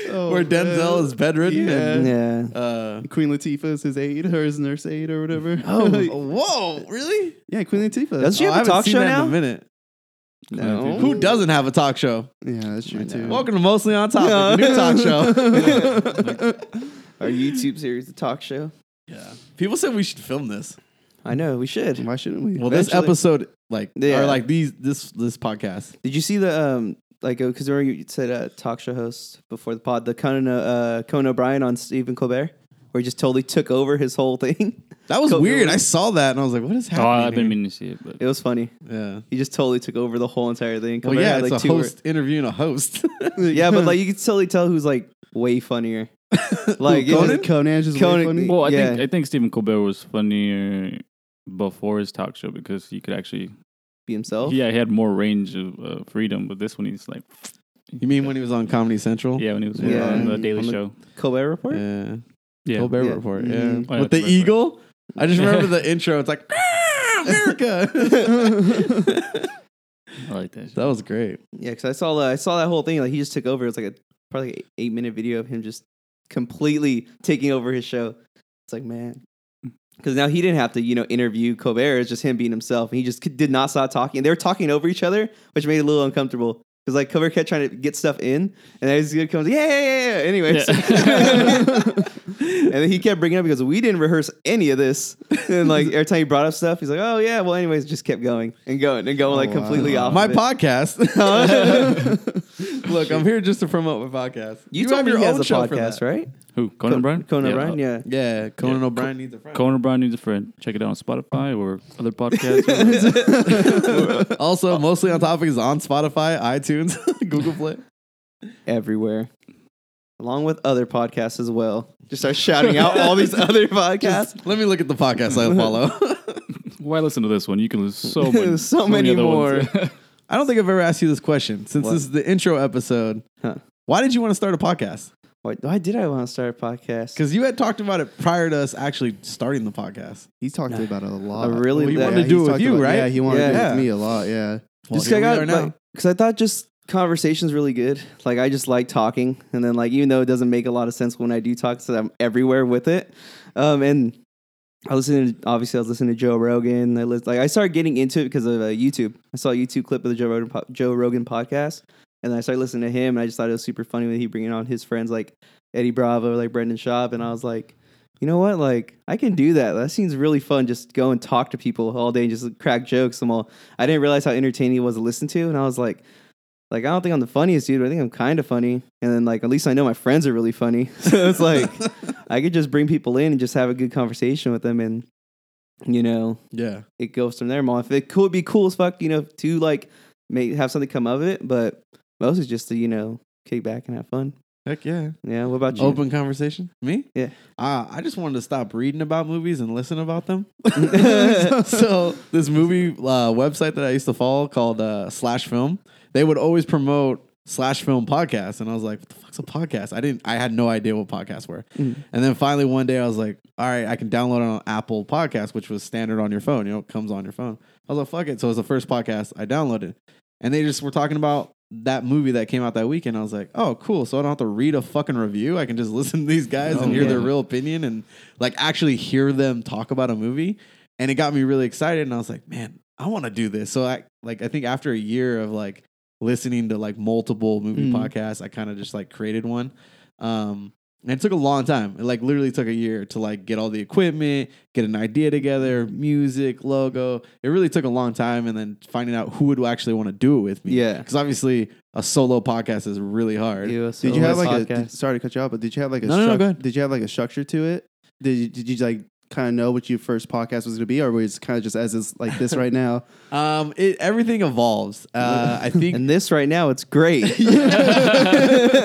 Speaker 3: Oh,
Speaker 1: where Denzel
Speaker 3: man.
Speaker 1: is bedridden. And,
Speaker 2: Yeah.
Speaker 1: uh,
Speaker 3: Queen Latifah is his aide, her is nurse aide or whatever.
Speaker 2: Oh.
Speaker 1: <laughs> whoa, really?
Speaker 3: <laughs> yeah, Queen Latifah.
Speaker 2: Does she
Speaker 1: Oh, I
Speaker 2: have a
Speaker 1: haven't
Speaker 2: talk
Speaker 1: seen
Speaker 2: show
Speaker 1: that in a
Speaker 2: now?
Speaker 1: minute.
Speaker 2: No.
Speaker 1: Who doesn't have a talk show?
Speaker 3: yeah, that's true too.
Speaker 1: Welcome to Mostly on Topic,
Speaker 2: Yeah.
Speaker 1: new talk show.
Speaker 2: <laughs>
Speaker 1: <laughs>
Speaker 2: Our YouTube series, the talk show.
Speaker 1: yeah. People said we should film this.
Speaker 2: I know we should.
Speaker 3: Why shouldn't we?
Speaker 1: Well, this
Speaker 2: Eventually.
Speaker 1: episode, like,
Speaker 2: Yeah.
Speaker 1: or like these, this, this podcast.
Speaker 2: Did you see the um like because remember you said uh, talk show host before the pod the Conan uh, Conan O'Brien on Stephen Colbert where he just totally took over his whole <laughs> thing.
Speaker 1: That was
Speaker 2: Cool.
Speaker 1: weird. I saw that and I was like, what is
Speaker 4: Oh, I've
Speaker 1: happening?
Speaker 4: been meaning to see it, but
Speaker 2: It was funny.
Speaker 1: yeah.
Speaker 2: He just totally took over the whole entire thing.
Speaker 1: Well,
Speaker 2: Colbert
Speaker 1: yeah,
Speaker 2: had,
Speaker 1: it's
Speaker 2: like,
Speaker 1: a
Speaker 2: two-
Speaker 1: host interviewing a host.
Speaker 2: <laughs>
Speaker 1: <laughs>
Speaker 2: Yeah, but like you could totally tell who's like way funnier. Like it was-
Speaker 3: Conan? Conan's just
Speaker 2: Conan-
Speaker 3: Conan, funny.
Speaker 4: well, I think
Speaker 2: Yeah.
Speaker 4: I think Stephen Colbert was funnier before his talk show because he could actually
Speaker 2: be himself.
Speaker 4: yeah he had more range of uh, freedom. But this one he's like
Speaker 1: you mean when he was on Comedy Central?
Speaker 4: yeah when he was
Speaker 2: Yeah.
Speaker 4: on the Daily
Speaker 2: On the-
Speaker 4: Show
Speaker 2: Colbert report.
Speaker 1: Yeah.
Speaker 4: yeah
Speaker 1: Colbert
Speaker 2: Yeah.
Speaker 1: Report. Yeah.
Speaker 2: Mhm.
Speaker 4: Oh, yeah,
Speaker 1: With the
Speaker 4: Colbert Report.
Speaker 1: eagle. I just remember the intro. It's like, "Ah,
Speaker 2: <laughs>
Speaker 1: America.
Speaker 4: I like that. shit.
Speaker 1: that was great.
Speaker 2: Yeah, because I saw uh, I saw that whole thing. Like he just took over. It was like a probably like eight minute video of him just completely taking over his show. It's like man, because now he didn't have to you know interview Colbert. It's just him being himself, and he just could- did not stop talking. They were talking over each other, which made it a little uncomfortable. Because like Colbert kept trying to get stuff in, and then he's gonna come, yeah, yeah, yeah, yeah. Anyways, <laughs> and then he kept bringing it up because we didn't rehearse any of this. And like every time he brought up stuff, he's like, oh yeah, well, anyways, just kept going and going and going like completely off.
Speaker 1: My
Speaker 2: of it. <laughs>
Speaker 1: podcast. Look, I'm here just to promote my podcast.
Speaker 2: You, told me he has a
Speaker 1: show for
Speaker 2: podcast,
Speaker 1: that.
Speaker 2: right?
Speaker 4: <laughs> Who Conan O'Brien?
Speaker 2: Conan
Speaker 4: Yeah,
Speaker 2: O'Brien,
Speaker 4: uh,
Speaker 2: yeah.
Speaker 1: Yeah, Conan O'Brien needs a friend.
Speaker 4: Conan O'Brien needs a friend. Check it out on Spotify or other
Speaker 2: <laughs>
Speaker 4: podcasts.
Speaker 1: also, mostly on topic is on Spotify, iTunes, <laughs> Google Play.
Speaker 2: Everywhere. Along with other podcasts as well. Just start shouting out all
Speaker 1: <laughs>
Speaker 2: these other podcasts.
Speaker 1: Let me look at the podcast I follow.
Speaker 4: Why listen to this one? You
Speaker 2: <laughs>
Speaker 4: can lose so many,
Speaker 2: So many
Speaker 4: other ones.
Speaker 1: I don't think I've ever asked you this question since
Speaker 2: What?
Speaker 1: this is the intro episode.
Speaker 2: Huh.
Speaker 1: Why did you want to start a podcast?
Speaker 2: Why, why did I want to start a podcast?
Speaker 1: Because you had talked about it prior to us actually starting the podcast.
Speaker 3: he's talked about it a lot.
Speaker 2: I really- Well,
Speaker 1: you
Speaker 2: Yeah,
Speaker 1: wanted to
Speaker 3: he's
Speaker 1: do it with
Speaker 3: talked
Speaker 1: you,
Speaker 3: about-
Speaker 1: right?
Speaker 3: Yeah, he wanted to do it
Speaker 1: Yeah.
Speaker 3: with me a lot. Yeah.
Speaker 1: Well,
Speaker 2: just
Speaker 1: here
Speaker 2: I
Speaker 1: we
Speaker 2: got
Speaker 1: are now.
Speaker 2: because I thought just conversations really good. Like I just like talking, and then like even though it doesn't make a lot of sense when I do talk, so I'm everywhere with it. Um, and I listened. To, obviously, I was listening to Joe Rogan. I lis- like I started getting into it because of uh, YouTube. I saw a YouTube clip of the Joe Rogan po- Joe Rogan podcast, and then I started listening to him. And I just thought it was super funny when he bringing on his friends like Eddie Bravo, like Brendan Schaub, and I was like. You know what? Like, I can do that. That seems really fun. Just go and talk to people all day and just crack jokes and all. I didn't realize how entertaining it was to listen to, and I was like, like I don't think I'm the funniest dude, but I think I'm kind of funny. And then like at least I know my friends are really funny, <laughs> so
Speaker 1: <laughs>
Speaker 2: it's like I could just bring people in and just have a good conversation with them, and you know
Speaker 1: Yeah.
Speaker 2: it goes from there. Mom, if it could be cool as fuck, you know, to like make have something come of it, but mostly just to you know kick back and have fun.
Speaker 1: Heck yeah.
Speaker 2: Yeah, what about you?
Speaker 1: Open conversation. Me?
Speaker 2: Yeah.
Speaker 1: Uh, I just wanted to stop reading about movies and listen about them. <laughs>
Speaker 2: yeah,
Speaker 1: so this movie uh, website that I used to follow called uh, Slash Film, they would always promote Slash Film podcasts, and I was like, "What the fuck's a podcast?" I didn't, I had no idea what podcasts were. And then finally one day, I was like, "All right, I can download it on Apple Podcasts, which was standard on your phone. You know, it comes on your phone." I was like, "Fuck it!" So it was the first podcast I downloaded, and they just were talking about that movie that came out that weekend. I was like, "Oh, cool!" So I don't have to read a fucking review. I can just <laughs> listen to these guys and hear
Speaker 2: yeah.
Speaker 1: their real opinion and like actually hear them talk about a movie and it got me really excited and i was like man i want to do this so i like i think after a year of like listening to like multiple movie
Speaker 3: Mm.
Speaker 1: podcasts i kind of just like created one um and it took a long time it like literally took a year to like get all the equipment get an idea together music logo it really took a long time and then finding out who would actually want to do it with me
Speaker 2: Yeah.
Speaker 1: because obviously a solo podcast is really hard
Speaker 3: Did you have like a? did- sorry to cut you off, but did you have like a?
Speaker 1: Oh, No, no, no,
Speaker 3: struc-
Speaker 1: go ahead.
Speaker 3: Did you have like a structure to it? Did you, did you like kind of know what your first podcast was going to be, or was it kind of just as is like this right now? <laughs>
Speaker 1: um it everything evolves uh i
Speaker 2: <laughs>
Speaker 1: think
Speaker 2: and this right now, it's great.
Speaker 1: <laughs>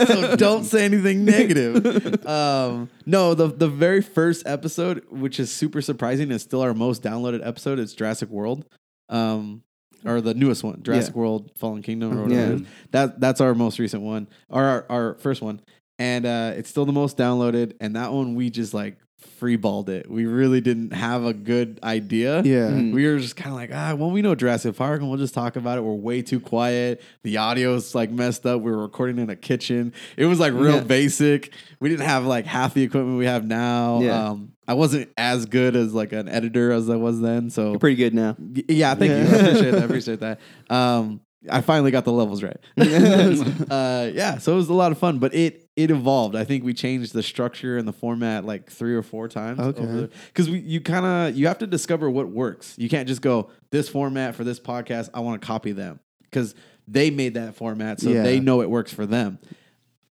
Speaker 1: so don't say anything negative. Um, no, the the very first episode, which is super surprising, is still our most downloaded episode. It's Jurassic World. Um, or the newest one, Jurassic World, Fallen Kingdom, or whatever.
Speaker 2: Yeah.
Speaker 1: it is. That that's our most recent one, or our, our first one, and uh, it's still the most downloaded. And that one we just like freeballed it. We really didn't have a good idea.
Speaker 3: Yeah.
Speaker 2: Mm.
Speaker 1: We were just kind of like, ah, well, we know Jurassic Park, and we'll just talk about it. We're way too quiet. The audio's like messed up. We were recording in a kitchen. It was like real
Speaker 2: Yeah.
Speaker 1: basic. We didn't have like half the equipment we have now.
Speaker 2: Yeah.
Speaker 1: Um, I wasn't as good as like an editor as I was then. So
Speaker 2: You're <laughs> pretty good now.
Speaker 1: Y- Yeah, thank you. I
Speaker 2: Yeah.
Speaker 1: appreciate that. I appreciate that. Um, I finally got the levels right. <laughs>
Speaker 3: <laughs>
Speaker 1: uh, yeah, so it was a lot of fun, but it it evolved. I think we changed the structure and the format like three or four times.
Speaker 3: Okay.
Speaker 1: because we you kind of you have to discover what works. You can't just go this format for this podcast. I want to copy them because they made that format, so
Speaker 3: Yeah.
Speaker 1: they know it works for them.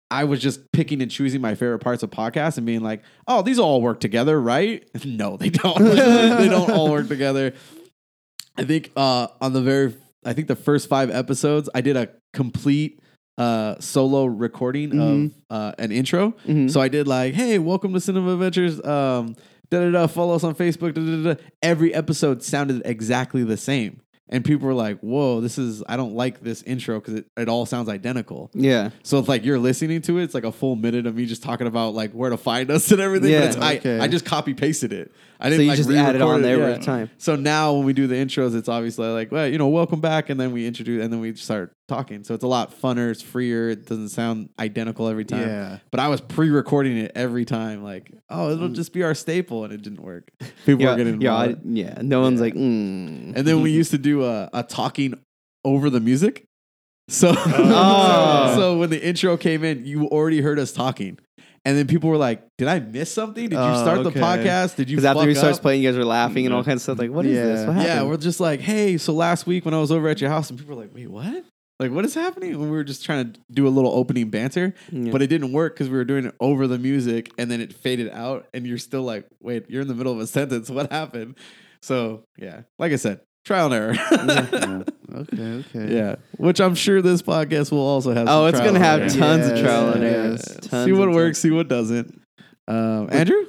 Speaker 1: I was just picking and choosing my favorite parts of podcasts and being like, oh, these all work together, right? <laughs> no, they don't. they don't all work together. I think uh, on the very, I think the first five episodes, I did a complete uh, solo recording of uh, an intro. So I did like, hey, welcome to Cinema Adventures. Um, da da da. Follow us on Facebook. Da, da, da, da. Every episode sounded exactly the same. And people were like, whoa, this is, I don't like this intro because it, it all sounds identical.
Speaker 2: Yeah.
Speaker 1: <laughs> So it's like you're listening to it. It's like a full minute of me just talking about like where to find us and everything.
Speaker 2: Yeah,
Speaker 1: but it's, I-
Speaker 3: okay.
Speaker 1: I, just copy pasted it. I
Speaker 2: So
Speaker 1: didn't
Speaker 2: you
Speaker 1: like
Speaker 2: just add it
Speaker 1: re-record
Speaker 2: on there
Speaker 1: yeah.
Speaker 2: every time.
Speaker 1: So now when we do the intros, it's obviously like well, you know, welcome back, and then we introduce, and then we start talking. So it's a lot funner. It's freer. It doesn't sound identical every time.
Speaker 3: Yeah.
Speaker 1: But I was pre-recording it every time. Like, oh, it'll just be our staple, and it didn't work. People were
Speaker 2: <laughs> Yeah.
Speaker 1: getting
Speaker 2: Yeah.
Speaker 1: mad.
Speaker 2: I- yeah. No one's like, mm.
Speaker 1: And then we used to do a, a talking over the music. So, <laughs>
Speaker 2: Oh.
Speaker 1: so when the intro came in, you already heard us talking. And then people were like, Did I miss something? Did you
Speaker 3: Oh,
Speaker 1: start
Speaker 3: okay.
Speaker 1: the podcast? Did you
Speaker 2: Because
Speaker 1: fuck
Speaker 2: after he starts
Speaker 1: up?"
Speaker 2: playing, you guys are laughing and all kinds of stuff. Like, what is
Speaker 3: Yeah.
Speaker 2: this? What
Speaker 1: Yeah,
Speaker 2: happened?
Speaker 1: we're just like, Hey, so last week when I was over at your house, and people were like, Wait, what? Like, what is happening? And we were just trying to do a little opening banter,
Speaker 2: Yeah.
Speaker 1: but it didn't work because we were doing it over the music and then it faded out. And you're still like, Wait, you're in the middle of a <laughs> sentence. What happened? So, yeah, like I said, trial and error. <laughs>
Speaker 3: Okay. Okay.
Speaker 1: Yeah, which I'm sure this podcast will also have.
Speaker 2: oh,
Speaker 1: some
Speaker 2: it's
Speaker 1: trial
Speaker 2: gonna have
Speaker 1: and
Speaker 3: error.
Speaker 2: tons of
Speaker 3: Yes,
Speaker 2: trial and error.
Speaker 3: yes.
Speaker 2: Tons
Speaker 1: see what
Speaker 2: and
Speaker 1: works, see what doesn't. Um, Andrew,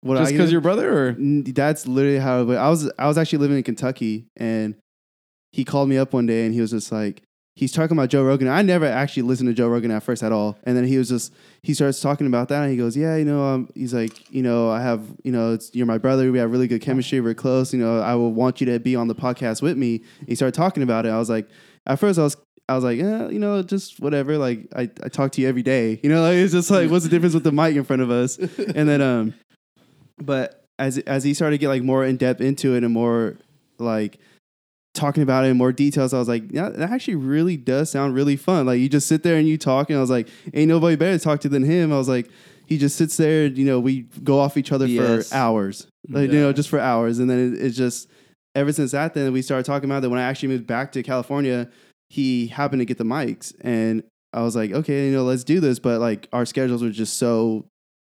Speaker 3: What
Speaker 1: just
Speaker 3: I-
Speaker 1: because your brother, or
Speaker 3: N- That's literally how it went. I was. I was actually living in Kentucky, and he called me up one day, and he was just like, he's talking about Joe Rogan. I never actually listened to Joe Rogan at first at all, and then he was just he starts talking about that, and he goes, yeah, you know, um, he's like, you know, I have, you know, it's you're my brother. We have really good chemistry. We're close. You know, I will want you to be on the podcast with me. He started talking about it. I was like, at first, I was. I was like, eh, you know, just whatever. Like, I, I talk to you every day. You know, like, it's just like, what's the difference with the mic in front of us? And then, um, but as as he started to get like more in depth into it and more like talking about it in more details, I was like, yeah, that actually really does sound really fun. Like you just sit there and you talk, and I was like, ain't nobody better to talk to than him. I was like, he just sits there, and, you know, we go off each other
Speaker 2: Yes.
Speaker 3: for hours, like you know, just for hours, and then it, it's just ever since that. Then we started talking about that when I actually moved back to California, he happened to get the mics, and I was like, okay, you know, let's do this, but like our schedules were just so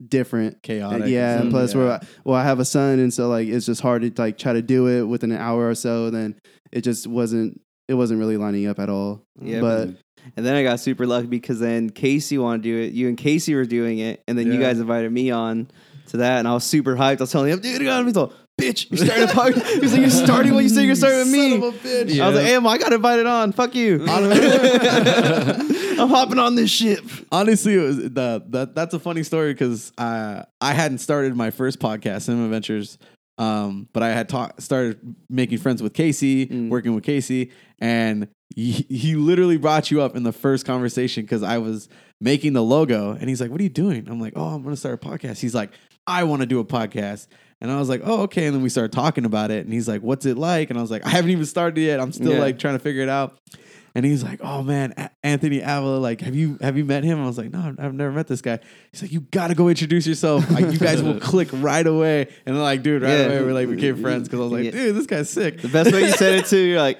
Speaker 3: different
Speaker 1: chaotic?
Speaker 3: yeah, and
Speaker 1: and
Speaker 3: plus we're well, I have a son, and so like it's just hard to like try to do it within an hour or so. Then it just wasn't it wasn't really lining up at all.
Speaker 2: Yeah,
Speaker 3: but
Speaker 2: And then I got super lucky because then Casey wanted to do it. You and Casey were doing it, and then you
Speaker 1: Yeah.
Speaker 2: guys invited me on to that, and I was super hyped. I was telling him, "Dude, I got me all, bitch! You're
Speaker 3: <laughs>
Speaker 2: starting a podcast. He's like, "You're starting what you say. You're starting with me."
Speaker 1: Son of a bitch.
Speaker 2: I was like, "Hey, well, I got invited on. Fuck
Speaker 3: <laughs>
Speaker 2: you. I'm hopping on this ship."
Speaker 1: Honestly, it was the, the that's a funny story because uh, I hadn't started my first podcast, Cinema Ventures, um, but I had ta- started making friends with Casey, working with Casey, and he, he literally brought you up in the first conversation because I was making the logo, and he's like, "What are you doing?" I'm like, "Oh, I'm gonna start a podcast." He's like, "I want to do a podcast." And I was like, oh, okay. And then we started talking about it. And he's like, what's it like? And I was like, I haven't even started yet. I'm still
Speaker 2: Yeah.
Speaker 1: like trying to figure it out. And he's like, "Oh man, A- Anthony Avila, like, have you have you met him?" I was like, "No, I've- I've never met this guy." He's like, "You got to go introduce yourself. Like, you guys
Speaker 2: <laughs>
Speaker 1: will click right away." And then, like, dude, right
Speaker 2: Yeah.
Speaker 1: away, we like became friends because I was like,
Speaker 2: Yeah.
Speaker 1: "Dude, this guy's sick." <laughs>
Speaker 2: The best way you said it too. You're like,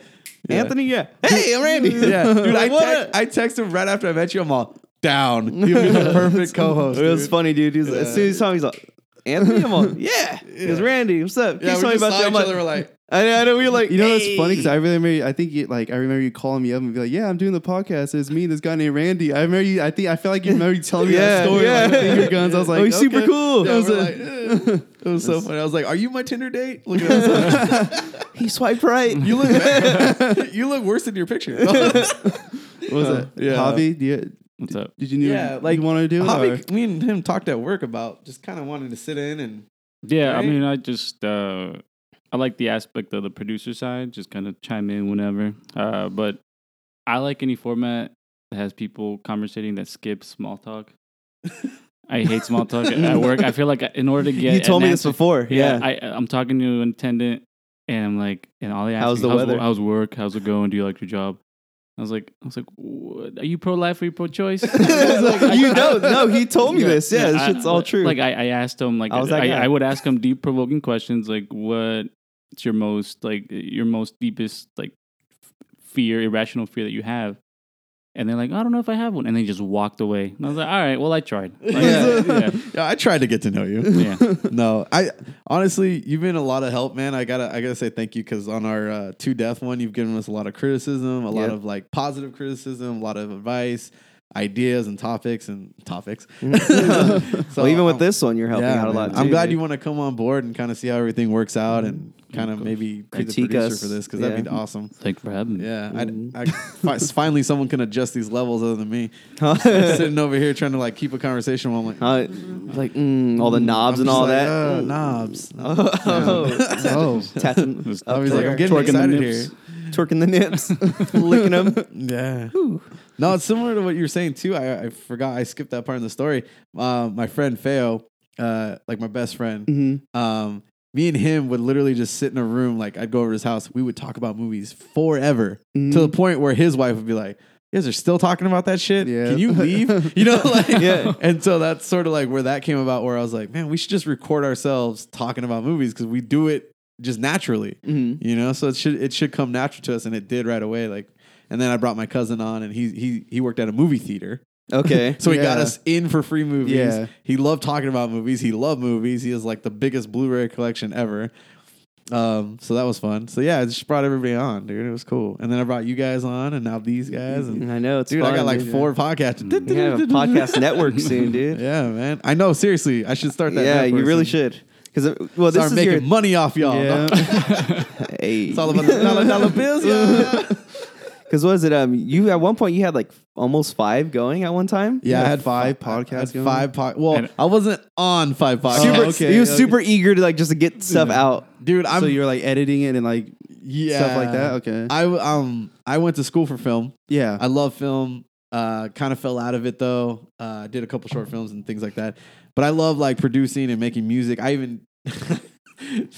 Speaker 2: "Anthony, yeah. Hey, I'm Randy.
Speaker 1: yeah,
Speaker 2: <laughs>
Speaker 1: dude, I
Speaker 2: Like, what?
Speaker 1: text, I text him right after I met you. I'm all down. He'll be the
Speaker 2: <laughs>
Speaker 1: perfect co-host.
Speaker 2: It was
Speaker 1: dude.
Speaker 2: funny, dude. He was, As soon as he saw me, he's like, Anthony, I'm on. Yeah. He goes, Randy, what's up?
Speaker 1: Yeah,
Speaker 2: Keep
Speaker 1: we
Speaker 2: telling me
Speaker 1: just
Speaker 2: about
Speaker 1: saw each
Speaker 2: you. I'm like, <laughs>
Speaker 1: other. We're like,
Speaker 2: I, I know <laughs> we were like,
Speaker 3: You know that's
Speaker 2: "Hey."
Speaker 3: funny because I really remember. I think you, like I remember you calling me up and be like, "Yeah, I'm doing the podcast. It's me, and this guy named Randy." I remember you. I think I feel like you remember you telling me
Speaker 2: Yeah,
Speaker 3: that story. Like,
Speaker 2: yeah.
Speaker 3: with finger
Speaker 2: <laughs>
Speaker 3: guns. I was like,
Speaker 2: oh, he's super
Speaker 3: okay.
Speaker 2: cool.
Speaker 1: Yeah,
Speaker 2: I was
Speaker 1: we're like,
Speaker 2: like, <laughs>
Speaker 1: "Eh." it was so funny. I was like, "Are you my Tinder date?" Look at us.
Speaker 2: he swiped right.
Speaker 1: <laughs>
Speaker 2: <laughs>
Speaker 1: you look bad. <laughs> you look worse than your picture. <laughs>
Speaker 3: What was it?
Speaker 1: yeah.
Speaker 3: Hobby? Do you,
Speaker 4: <laughs> What's up?
Speaker 3: did you knew
Speaker 1: Yeah,
Speaker 3: yeah,
Speaker 1: like,
Speaker 3: like you wanted to do it? or-
Speaker 1: Hobby, me and him talked at work about just kind of wanting to sit in and
Speaker 4: Yeah,
Speaker 1: Right?
Speaker 4: I mean, I just uh, I like the aspect of the producer side, just kind of chime in whenever. Uh, but I like any format that has people conversating that skips small talk. I hate small talk
Speaker 2: <laughs>
Speaker 4: at- at work. I feel like in order to get
Speaker 2: you told
Speaker 4: an
Speaker 2: me this
Speaker 4: answer-
Speaker 2: before.
Speaker 4: yeah,
Speaker 2: Yeah. <laughs>
Speaker 4: I, I'm talking to an attendant, and I'm like, and all they ask
Speaker 2: How's
Speaker 4: me,
Speaker 2: the
Speaker 4: how's,
Speaker 2: weather?"
Speaker 4: How's work? How's it going? Do you like your job? I was like, I was like, "What? are you pro life or you
Speaker 2: <laughs>
Speaker 4: pro <laughs> choice?
Speaker 2: you know, no, he <laughs> told me this. Yeah, this
Speaker 4: I-
Speaker 2: shit's all
Speaker 4: like-
Speaker 2: true.
Speaker 4: Like I, I asked him, like
Speaker 2: I
Speaker 4: I,
Speaker 2: was that guy.
Speaker 4: I, would ask him deep provoking questions, like what's your most like your most deepest like f- fear, irrational fear that you have. And they're like, I don't know if I have one, and they just walked away. And I was like, all right, well,
Speaker 2: <laughs>
Speaker 4: I tried. Like,
Speaker 1: Yeah.
Speaker 4: yeah,
Speaker 1: Yeah, I tried to get to know you.
Speaker 4: yeah.
Speaker 1: no, I honestly, you've been a lot of help, man. I gotta, I gotta say thank you because on our uh, two death one, you've given us a lot of criticism, a lot
Speaker 2: Yeah.
Speaker 1: of like positive criticism, a lot of advice, ideas, and topics and topics. <laughs> so
Speaker 2: well, even with
Speaker 1: I'm-
Speaker 2: this one, you're helping out a
Speaker 1: man.
Speaker 2: lot.
Speaker 1: I'm
Speaker 2: too,
Speaker 1: glad
Speaker 2: dude.
Speaker 1: you want to come on board and kind of see how everything works out and kind of
Speaker 4: course.
Speaker 1: maybe be the
Speaker 2: Critique
Speaker 1: producer
Speaker 2: us.
Speaker 1: for this because that'd be
Speaker 2: Yeah.
Speaker 1: awesome.
Speaker 4: Thank you for having me.
Speaker 1: Yeah,
Speaker 2: Mhm.
Speaker 1: I, I, fi- finally someone can adjust these levels other than me.
Speaker 2: <laughs> Huh?
Speaker 1: Sitting over here trying to like keep a conversation while I'm like,
Speaker 2: Uh, like mm, all the knobs and all that.
Speaker 1: Uh,
Speaker 2: Mm.
Speaker 1: knobs.
Speaker 2: <laughs>
Speaker 1: <laughs>
Speaker 2: Oh,
Speaker 3: oh,
Speaker 2: Tapping-
Speaker 1: I was
Speaker 2: up
Speaker 1: like,
Speaker 2: there.
Speaker 1: I'm getting
Speaker 4: Twerking the
Speaker 1: excited here.
Speaker 4: nips.
Speaker 2: twerking
Speaker 1: <laughs>
Speaker 2: the nips, licking them.
Speaker 1: Yeah. No, it's similar to what you were saying too. I, I forgot. I skipped that part in the story. Uh, my friend Feo, uh, like my best friend,
Speaker 2: Mm-hmm.
Speaker 3: Mhm.
Speaker 1: um, me and him would literally just sit in a room. Like I'd go over to his house. We would talk about movies forever to the point where his wife would be like, "You guys are still talking about that shit?
Speaker 3: Yeah.
Speaker 1: Can you leave?" You know, like
Speaker 2: Yeah.
Speaker 1: And so that's sort of like where that came about. Where I was like, "Man, we should just record ourselves talking about movies because we do it just naturally."
Speaker 2: Mhm.
Speaker 1: you know so it should it should come natural to us and it did right away like and then i brought my cousin on and he he he worked at a movie theater
Speaker 2: Okay.
Speaker 1: so he got
Speaker 3: Yeah.
Speaker 1: us in for free movies
Speaker 3: Yeah.
Speaker 1: he loved talking about movies he loved movies he has like the biggest blu-ray collection ever um so that was fun so yeah i just brought everybody on dude it was cool and then i brought you guys on and now these guys and
Speaker 2: I know it's
Speaker 1: dude
Speaker 2: fun,
Speaker 1: i got like
Speaker 2: Mm-hmm. dude. Mm-hmm.
Speaker 1: four podcasts
Speaker 2: You have a
Speaker 1: <laughs>
Speaker 2: podcast network soon, dude.
Speaker 1: yeah man i know seriously i should start that
Speaker 2: yeah, you
Speaker 1: network
Speaker 2: really
Speaker 1: soon.
Speaker 2: should. Because well, this
Speaker 1: start
Speaker 2: is
Speaker 1: making
Speaker 2: your
Speaker 1: money off y'all
Speaker 3: yeah.
Speaker 1: <laughs>
Speaker 2: hey.
Speaker 1: it's all about the dollar dollar bills yeah
Speaker 2: Because what is it? Um, you at one point you had like almost five going at one time.
Speaker 1: Yeah, I
Speaker 3: had
Speaker 1: <laughs> had
Speaker 3: five
Speaker 1: fi- I- I
Speaker 3: podcasts
Speaker 1: had
Speaker 3: going?
Speaker 1: Five pod. Well,
Speaker 4: And-
Speaker 1: I wasn't on five podcasts.
Speaker 2: Super,
Speaker 3: Oh, okay,
Speaker 2: he was
Speaker 3: okay.
Speaker 2: super eager to like just to get stuff out.
Speaker 1: Dude, I'm
Speaker 3: so you're like editing it and like
Speaker 1: yeah,
Speaker 3: stuff like that. Okay.
Speaker 1: I w- um I went to school for film.
Speaker 3: yeah.
Speaker 1: I love film. Uh, kind of fell out of it though. Uh, did a couple short films and things like that. But I love like producing and making music. I even <laughs>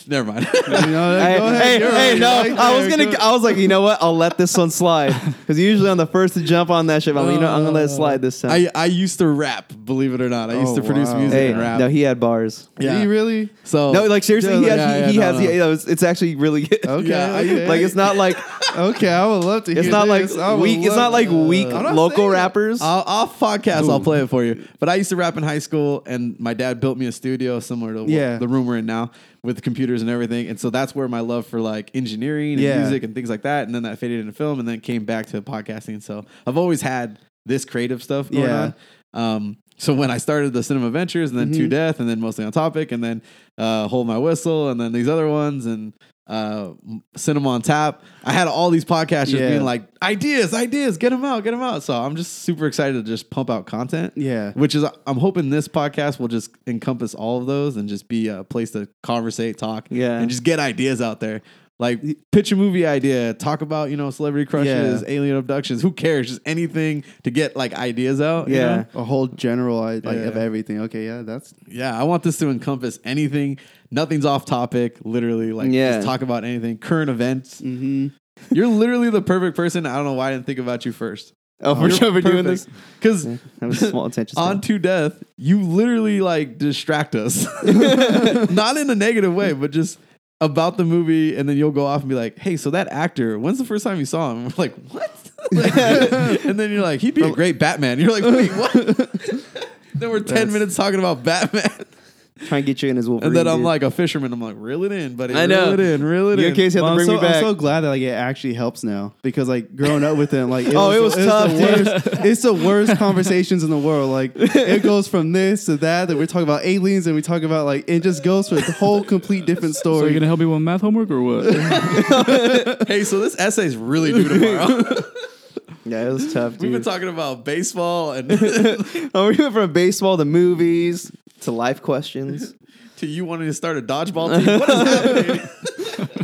Speaker 1: never mind. <laughs>
Speaker 2: Hey, hey,
Speaker 3: you're
Speaker 2: hey,
Speaker 3: right,
Speaker 2: no!
Speaker 3: you're right
Speaker 2: I was
Speaker 3: there,
Speaker 2: gonna.
Speaker 3: go-
Speaker 2: I was like, you know what? I'll let this one slide because usually I'm the first to jump on that shit. But I'm like, you know, I'm gonna let it slide this time.
Speaker 1: I I used to rap. Believe it or not, I used
Speaker 3: Oh,
Speaker 1: to produce
Speaker 3: wow.
Speaker 1: music
Speaker 2: hey,
Speaker 1: and rap.
Speaker 2: no, he had bars.
Speaker 3: Did
Speaker 1: yeah.
Speaker 3: he really?
Speaker 1: so
Speaker 2: No, like seriously,
Speaker 3: Yeah,
Speaker 2: he, has.
Speaker 3: like-
Speaker 1: yeah,
Speaker 2: he
Speaker 1: yeah,
Speaker 2: has.
Speaker 1: no, no.
Speaker 2: yeah, no, it's, it's actually really good. <laughs>
Speaker 3: Okay.
Speaker 1: Yeah, I-
Speaker 3: okay.
Speaker 2: like it's not like
Speaker 3: okay, I would love to hear
Speaker 2: it's not like
Speaker 3: this. I would
Speaker 2: weak. It's
Speaker 3: love-
Speaker 2: not like weak
Speaker 3: I'm not
Speaker 2: local
Speaker 3: saying-
Speaker 2: rappers. <laughs>
Speaker 1: I'll, off podcast, I'll
Speaker 4: Ooh.
Speaker 1: play it for you. But I used to rap in high school, and my dad built me a studio similar to what-
Speaker 3: Yeah.
Speaker 1: the room we're in now with computers and everything. And so that's where my love for like engineering and
Speaker 3: Yeah.
Speaker 1: music and things like that. And then that faded into film, and then it came back to podcasting. So I've always had this creative stuff going
Speaker 3: Yeah. Mm-hmm.
Speaker 1: on. Um, so when I started the Cinema Ventures, and then To Death, and then mostly on topic, and then uh, Hold My Whistle, and then these other ones, and uh, Cinema on Tap, I had all these podcasts just
Speaker 3: Yeah.
Speaker 1: being like ideas, ideas, get them out, get them out. So I'm just super excited to just pump out content.
Speaker 3: Yeah.
Speaker 1: Which is, I'm hoping this podcast will just encompass all of those and just be a place to conversate, talk,
Speaker 2: Yeah.
Speaker 1: and just get ideas out there. Like pitch a movie idea, talk about you know celebrity crushes, alien abductions, who cares? Just anything to get like ideas out. you
Speaker 2: Yeah.
Speaker 1: know?
Speaker 3: a whole general I- like of
Speaker 1: Yeah.
Speaker 3: everything. Okay, yeah, that's
Speaker 1: Yeah, I want this to encompass anything. Nothing's off topic. Literally, like
Speaker 2: Yeah. Mm-hmm.
Speaker 1: just talk about anything. Current events. You're literally the perfect person. I don't know why I didn't think about you first.
Speaker 2: oh, for <laughs> sure, for doing this.
Speaker 1: because
Speaker 2: That was a small
Speaker 1: <laughs>
Speaker 2: attention. span.
Speaker 1: on to death, you literally like distract
Speaker 2: <laughs>
Speaker 1: us, not in a negative way, but just about the movie, and then you'll go off and be like, "Hey, so that actor, when's the first time you saw him?" <laughs> And we're like, "What?"
Speaker 2: <laughs>
Speaker 1: and then you're like, "He'd be a
Speaker 2: <laughs>
Speaker 1: great Batman." You're like, "Wait, what?" then we're ten minutes talking about Batman.
Speaker 2: trying to get you in as Wolverine.
Speaker 1: And then I'm
Speaker 2: dude.
Speaker 1: like a fisherman. I'm like, reel it in, buddy.
Speaker 2: I know.
Speaker 1: Reel it in. Reel it
Speaker 2: your
Speaker 1: in.
Speaker 2: case had to
Speaker 3: Well, I'm,
Speaker 2: bring
Speaker 3: so,
Speaker 2: me back.
Speaker 3: I'm so glad that like it actually helps now because like growing up with him, like it
Speaker 2: <laughs> Oh, it was
Speaker 3: the-
Speaker 2: tough,
Speaker 3: it's the,
Speaker 2: dude.
Speaker 3: worst, it's the
Speaker 2: <laughs>
Speaker 3: worst conversations in the world. Like it goes from this to that. That we're talking about aliens and we talk about like it just goes for a whole complete different
Speaker 4: So
Speaker 3: story.
Speaker 4: you gonna help me with math homework or
Speaker 2: <laughs>
Speaker 4: what?
Speaker 1: Hey, so this essay's really due
Speaker 2: <laughs>
Speaker 1: tomorrow. <laughs>
Speaker 2: yeah, it was tough,
Speaker 1: We've been
Speaker 2: dude.
Speaker 1: talking about baseball and <laughs>
Speaker 2: <laughs> oh, we went from baseball to movies to life
Speaker 4: <laughs>
Speaker 2: questions.
Speaker 1: to you wanting to start a
Speaker 2: <laughs>
Speaker 1: dodgeball team. What is happening?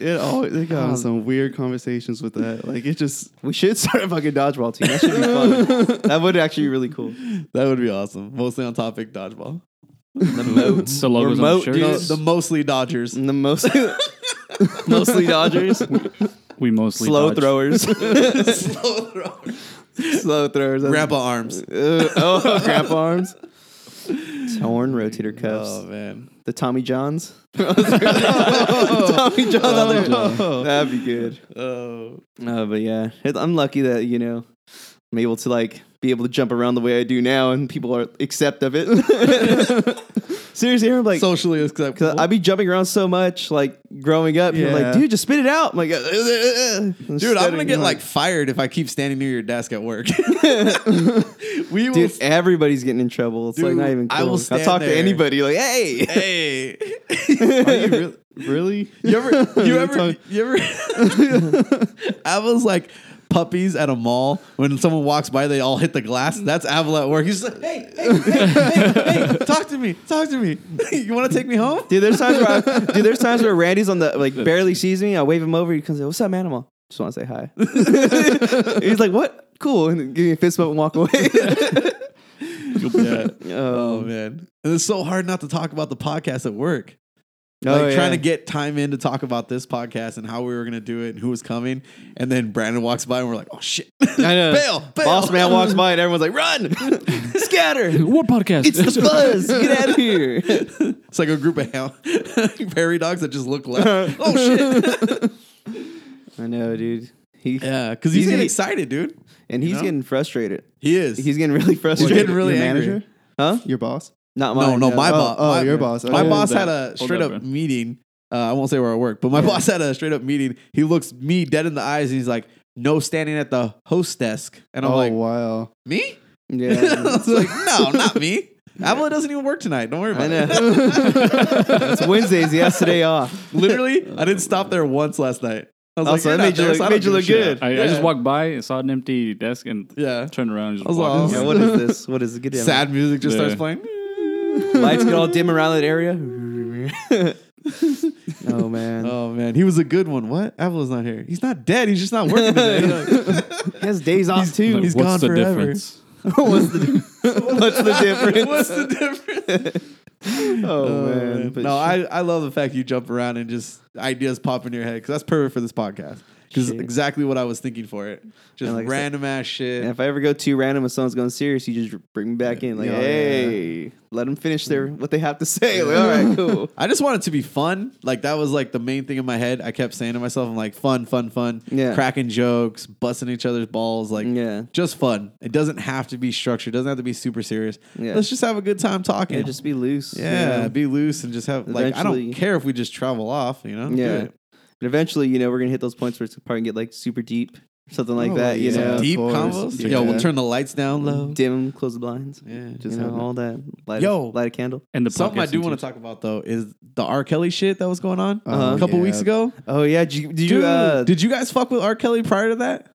Speaker 3: it always they got on some weird conversations with that. Like it just
Speaker 2: Um, <laughs> We should start a fucking dodgeball team. That should be
Speaker 4: <laughs>
Speaker 2: fun. that would actually be really cool.
Speaker 1: that would be awesome. Mostly on topic dodgeball.
Speaker 2: The moats.
Speaker 4: The logos on
Speaker 2: Remote,
Speaker 4: the shirts.
Speaker 1: No,
Speaker 2: dude.
Speaker 1: the mostly Dodgers. <laughs>
Speaker 2: And the most
Speaker 4: <laughs>
Speaker 2: mostly Dodgers.
Speaker 4: We mostly
Speaker 2: Slow
Speaker 4: dodge. <laughs>
Speaker 2: throwers.
Speaker 1: Slow thrower.
Speaker 2: Slow throwers. That's-
Speaker 1: Grandpa arms.
Speaker 2: Uh,
Speaker 4: <laughs>
Speaker 2: oh, grandpa arms. Torn rotator cuffs.
Speaker 1: Oh man.
Speaker 2: The Tommy
Speaker 4: <laughs>
Speaker 2: Johns. <laughs> Tommy Johns. I'm like, That'd be good.
Speaker 1: Oh.
Speaker 2: No, Uh, but yeah, it, I'm lucky that you know I'm able to like be able to jump around the way I do now, and people are accept of it. <laughs> Seriously, I'm like.
Speaker 1: Socially
Speaker 2: Cause
Speaker 1: acceptable.
Speaker 2: I be jumping around so much, like growing up. You're
Speaker 3: Yeah.
Speaker 2: like, dude, just spit it out. I'm like, <laughs> "Uh, uh, uh, uh."
Speaker 1: Dude, I'm gonna
Speaker 2: Stuttering.
Speaker 1: get like fired if I keep standing near your desk at <laughs> work. we will.
Speaker 2: dude, everybody's getting in trouble. It's like
Speaker 1: Dude,
Speaker 2: not even. Cool.
Speaker 1: I will stand
Speaker 2: talk to
Speaker 1: there.
Speaker 2: anybody. Like, hey,
Speaker 1: <laughs> <laughs> hey,
Speaker 3: are you re- really?
Speaker 1: you ever, you <laughs>
Speaker 3: You're
Speaker 1: ever,
Speaker 3: talking-
Speaker 1: you ever? <laughs> Aval's like puppies at a mall. When someone walks by, they all hit the glass. That's Aval at work. He's just like, hey, hey, hey, hey, hey, talk to me, talk to me. <laughs> you want to take me home?
Speaker 2: Dude, there's times where I, dude, there's times where Randy's on the
Speaker 1: <laughs>
Speaker 2: like barely sees me. I wave him over. He comes, in, "What's up, animal?" Just want to
Speaker 1: <laughs>
Speaker 2: say hi. <laughs> He's like, "What? Cool." And give me a fist bump and walk away. <laughs>
Speaker 1: Yeah. Oh
Speaker 2: oh,
Speaker 1: man, and it's so hard not to talk about the podcast at work.
Speaker 2: Oh,
Speaker 1: like trying
Speaker 2: yeah.
Speaker 1: to get time in to talk about this podcast and how we were gonna do it and who was coming, and then Brandon walks by and we're like, "Oh shit!"
Speaker 2: I
Speaker 1: <laughs>
Speaker 2: know.
Speaker 1: bail, bail.
Speaker 2: Boss man walks by and everyone's like, "Run,
Speaker 1: <laughs>
Speaker 2: scatter!
Speaker 4: <laughs> What podcast?
Speaker 2: It's the buzz. Get <laughs> out of here!"
Speaker 1: It's like a group of <laughs> hound prairie dogs that just look left.
Speaker 2: <laughs>
Speaker 1: oh shit!
Speaker 2: I know, dude. He
Speaker 1: Yeah, because he's
Speaker 2: He's
Speaker 1: getting
Speaker 2: getting-
Speaker 1: excited, dude.
Speaker 2: and he's
Speaker 1: know?
Speaker 2: getting frustrated.
Speaker 1: He is.
Speaker 2: He's getting really
Speaker 1: He's
Speaker 2: frustrated.
Speaker 1: getting really
Speaker 3: your
Speaker 1: angry.
Speaker 3: manager,
Speaker 2: huh?
Speaker 3: your boss.
Speaker 2: Not
Speaker 1: No,
Speaker 2: mine.
Speaker 1: no, my <laughs>
Speaker 3: Oh,
Speaker 1: boss.
Speaker 3: oh,
Speaker 1: my,
Speaker 3: your boss.
Speaker 1: My
Speaker 3: Okay.
Speaker 1: boss
Speaker 4: Hold
Speaker 1: had
Speaker 4: that.
Speaker 1: a
Speaker 4: Hold
Speaker 1: straight
Speaker 4: that,
Speaker 1: up
Speaker 4: bro.
Speaker 1: meeting. Uh, I won't say where I work, but my boss had a straight up meeting. He looks me dead in the eyes and he's like, "No standing at the host desk," and I'm
Speaker 3: oh
Speaker 1: like,
Speaker 3: wow.
Speaker 1: "Me?" <laughs> I
Speaker 2: Yeah,
Speaker 1: was like,
Speaker 2: <laughs>
Speaker 1: "No, not me." Avalon doesn't even work tonight. Don't worry about
Speaker 2: I
Speaker 1: it. <laughs>
Speaker 2: know. it's Wednesdays. He has today off. <laughs>
Speaker 1: Literally, I didn't stop there once last night. I was
Speaker 2: Also,
Speaker 1: like, "You're
Speaker 2: that
Speaker 1: not
Speaker 2: made you
Speaker 1: there,
Speaker 2: look-
Speaker 1: so I
Speaker 2: made
Speaker 1: don't
Speaker 2: you
Speaker 1: give a
Speaker 2: look
Speaker 1: shit."
Speaker 2: good.
Speaker 4: I, I
Speaker 1: Yeah.
Speaker 4: just walked by and saw an empty desk and
Speaker 1: Yeah.
Speaker 4: turned around and just
Speaker 1: was like,
Speaker 4: walked.
Speaker 2: Yeah, what is this? What is it? Get down.
Speaker 1: Sad music just
Speaker 4: Yeah.
Speaker 1: starts playing.
Speaker 2: Lights get
Speaker 1: <laughs>
Speaker 2: all dim around that area. oh man,
Speaker 1: Oh man, he was a good one. What? Avalon's not here. He's not dead. He's just not
Speaker 2: <laughs>
Speaker 1: working today.
Speaker 2: he has days off
Speaker 4: Like,
Speaker 2: too.
Speaker 1: he's
Speaker 4: what's
Speaker 1: gone
Speaker 4: the
Speaker 1: forever.
Speaker 4: difference?
Speaker 2: what's, the, what's
Speaker 1: <laughs>
Speaker 2: the difference?
Speaker 1: What's the <laughs> difference?
Speaker 2: Oh,
Speaker 1: Oh,
Speaker 2: man,
Speaker 1: man.
Speaker 2: But
Speaker 1: No,
Speaker 2: shit.
Speaker 1: I, I love the fact you jump around and just ideas pop in your head because that's perfect for this podcast. Because
Speaker 2: Shit.
Speaker 1: exactly what I was thinking for it. Just
Speaker 2: And like I said-
Speaker 1: random ass shit.
Speaker 2: And if I ever go too random and someone's going serious, you just bring me back in. Like,
Speaker 3: Yeah.
Speaker 2: hey, let them finish their what they have to say. Like, all right,
Speaker 1: <laughs>
Speaker 2: cool.
Speaker 1: I just want it to be fun. Like that was like the main thing in my head. I kept saying to myself, I'm like, fun, fun, fun.
Speaker 2: Yeah.
Speaker 1: Cracking jokes, busting each other's balls, like
Speaker 2: Yeah.
Speaker 1: just fun. It doesn't have to be structured, doesn't have to be super serious.
Speaker 2: Yeah.
Speaker 1: Let's just have a good time talking.
Speaker 2: Yeah, just be loose.
Speaker 1: yeah,
Speaker 2: you know?
Speaker 1: be loose and just have like I
Speaker 2: Eventually-
Speaker 1: don't care if we just travel off, you know?
Speaker 2: Yeah.
Speaker 1: Do
Speaker 2: And
Speaker 1: it.
Speaker 2: eventually, you know, we're gonna hit those points where it's probably gonna get like super deep, something like
Speaker 3: Oh,
Speaker 2: that. You
Speaker 3: yeah.
Speaker 2: know,
Speaker 3: Of
Speaker 1: Deep
Speaker 3: course.
Speaker 1: combos.
Speaker 3: Yeah.
Speaker 1: Yo, we'll turn the lights down low.
Speaker 2: <laughs> dim, close the blinds.
Speaker 1: Yeah.
Speaker 2: You
Speaker 3: Just
Speaker 2: know,
Speaker 3: have a-
Speaker 2: all that. Light,
Speaker 1: Yo.
Speaker 2: light a candle.
Speaker 4: And the
Speaker 1: Something I
Speaker 4: podcasting
Speaker 1: do want
Speaker 4: tips.
Speaker 1: to talk about though is the R. Kelly shit that was going on
Speaker 3: Uh-huh.
Speaker 1: a couple
Speaker 3: Yeah.
Speaker 1: weeks ago.
Speaker 2: Oh yeah, did you? Did you
Speaker 1: Dude,
Speaker 2: uh,
Speaker 1: did you guys fuck with R. Kelly prior to that?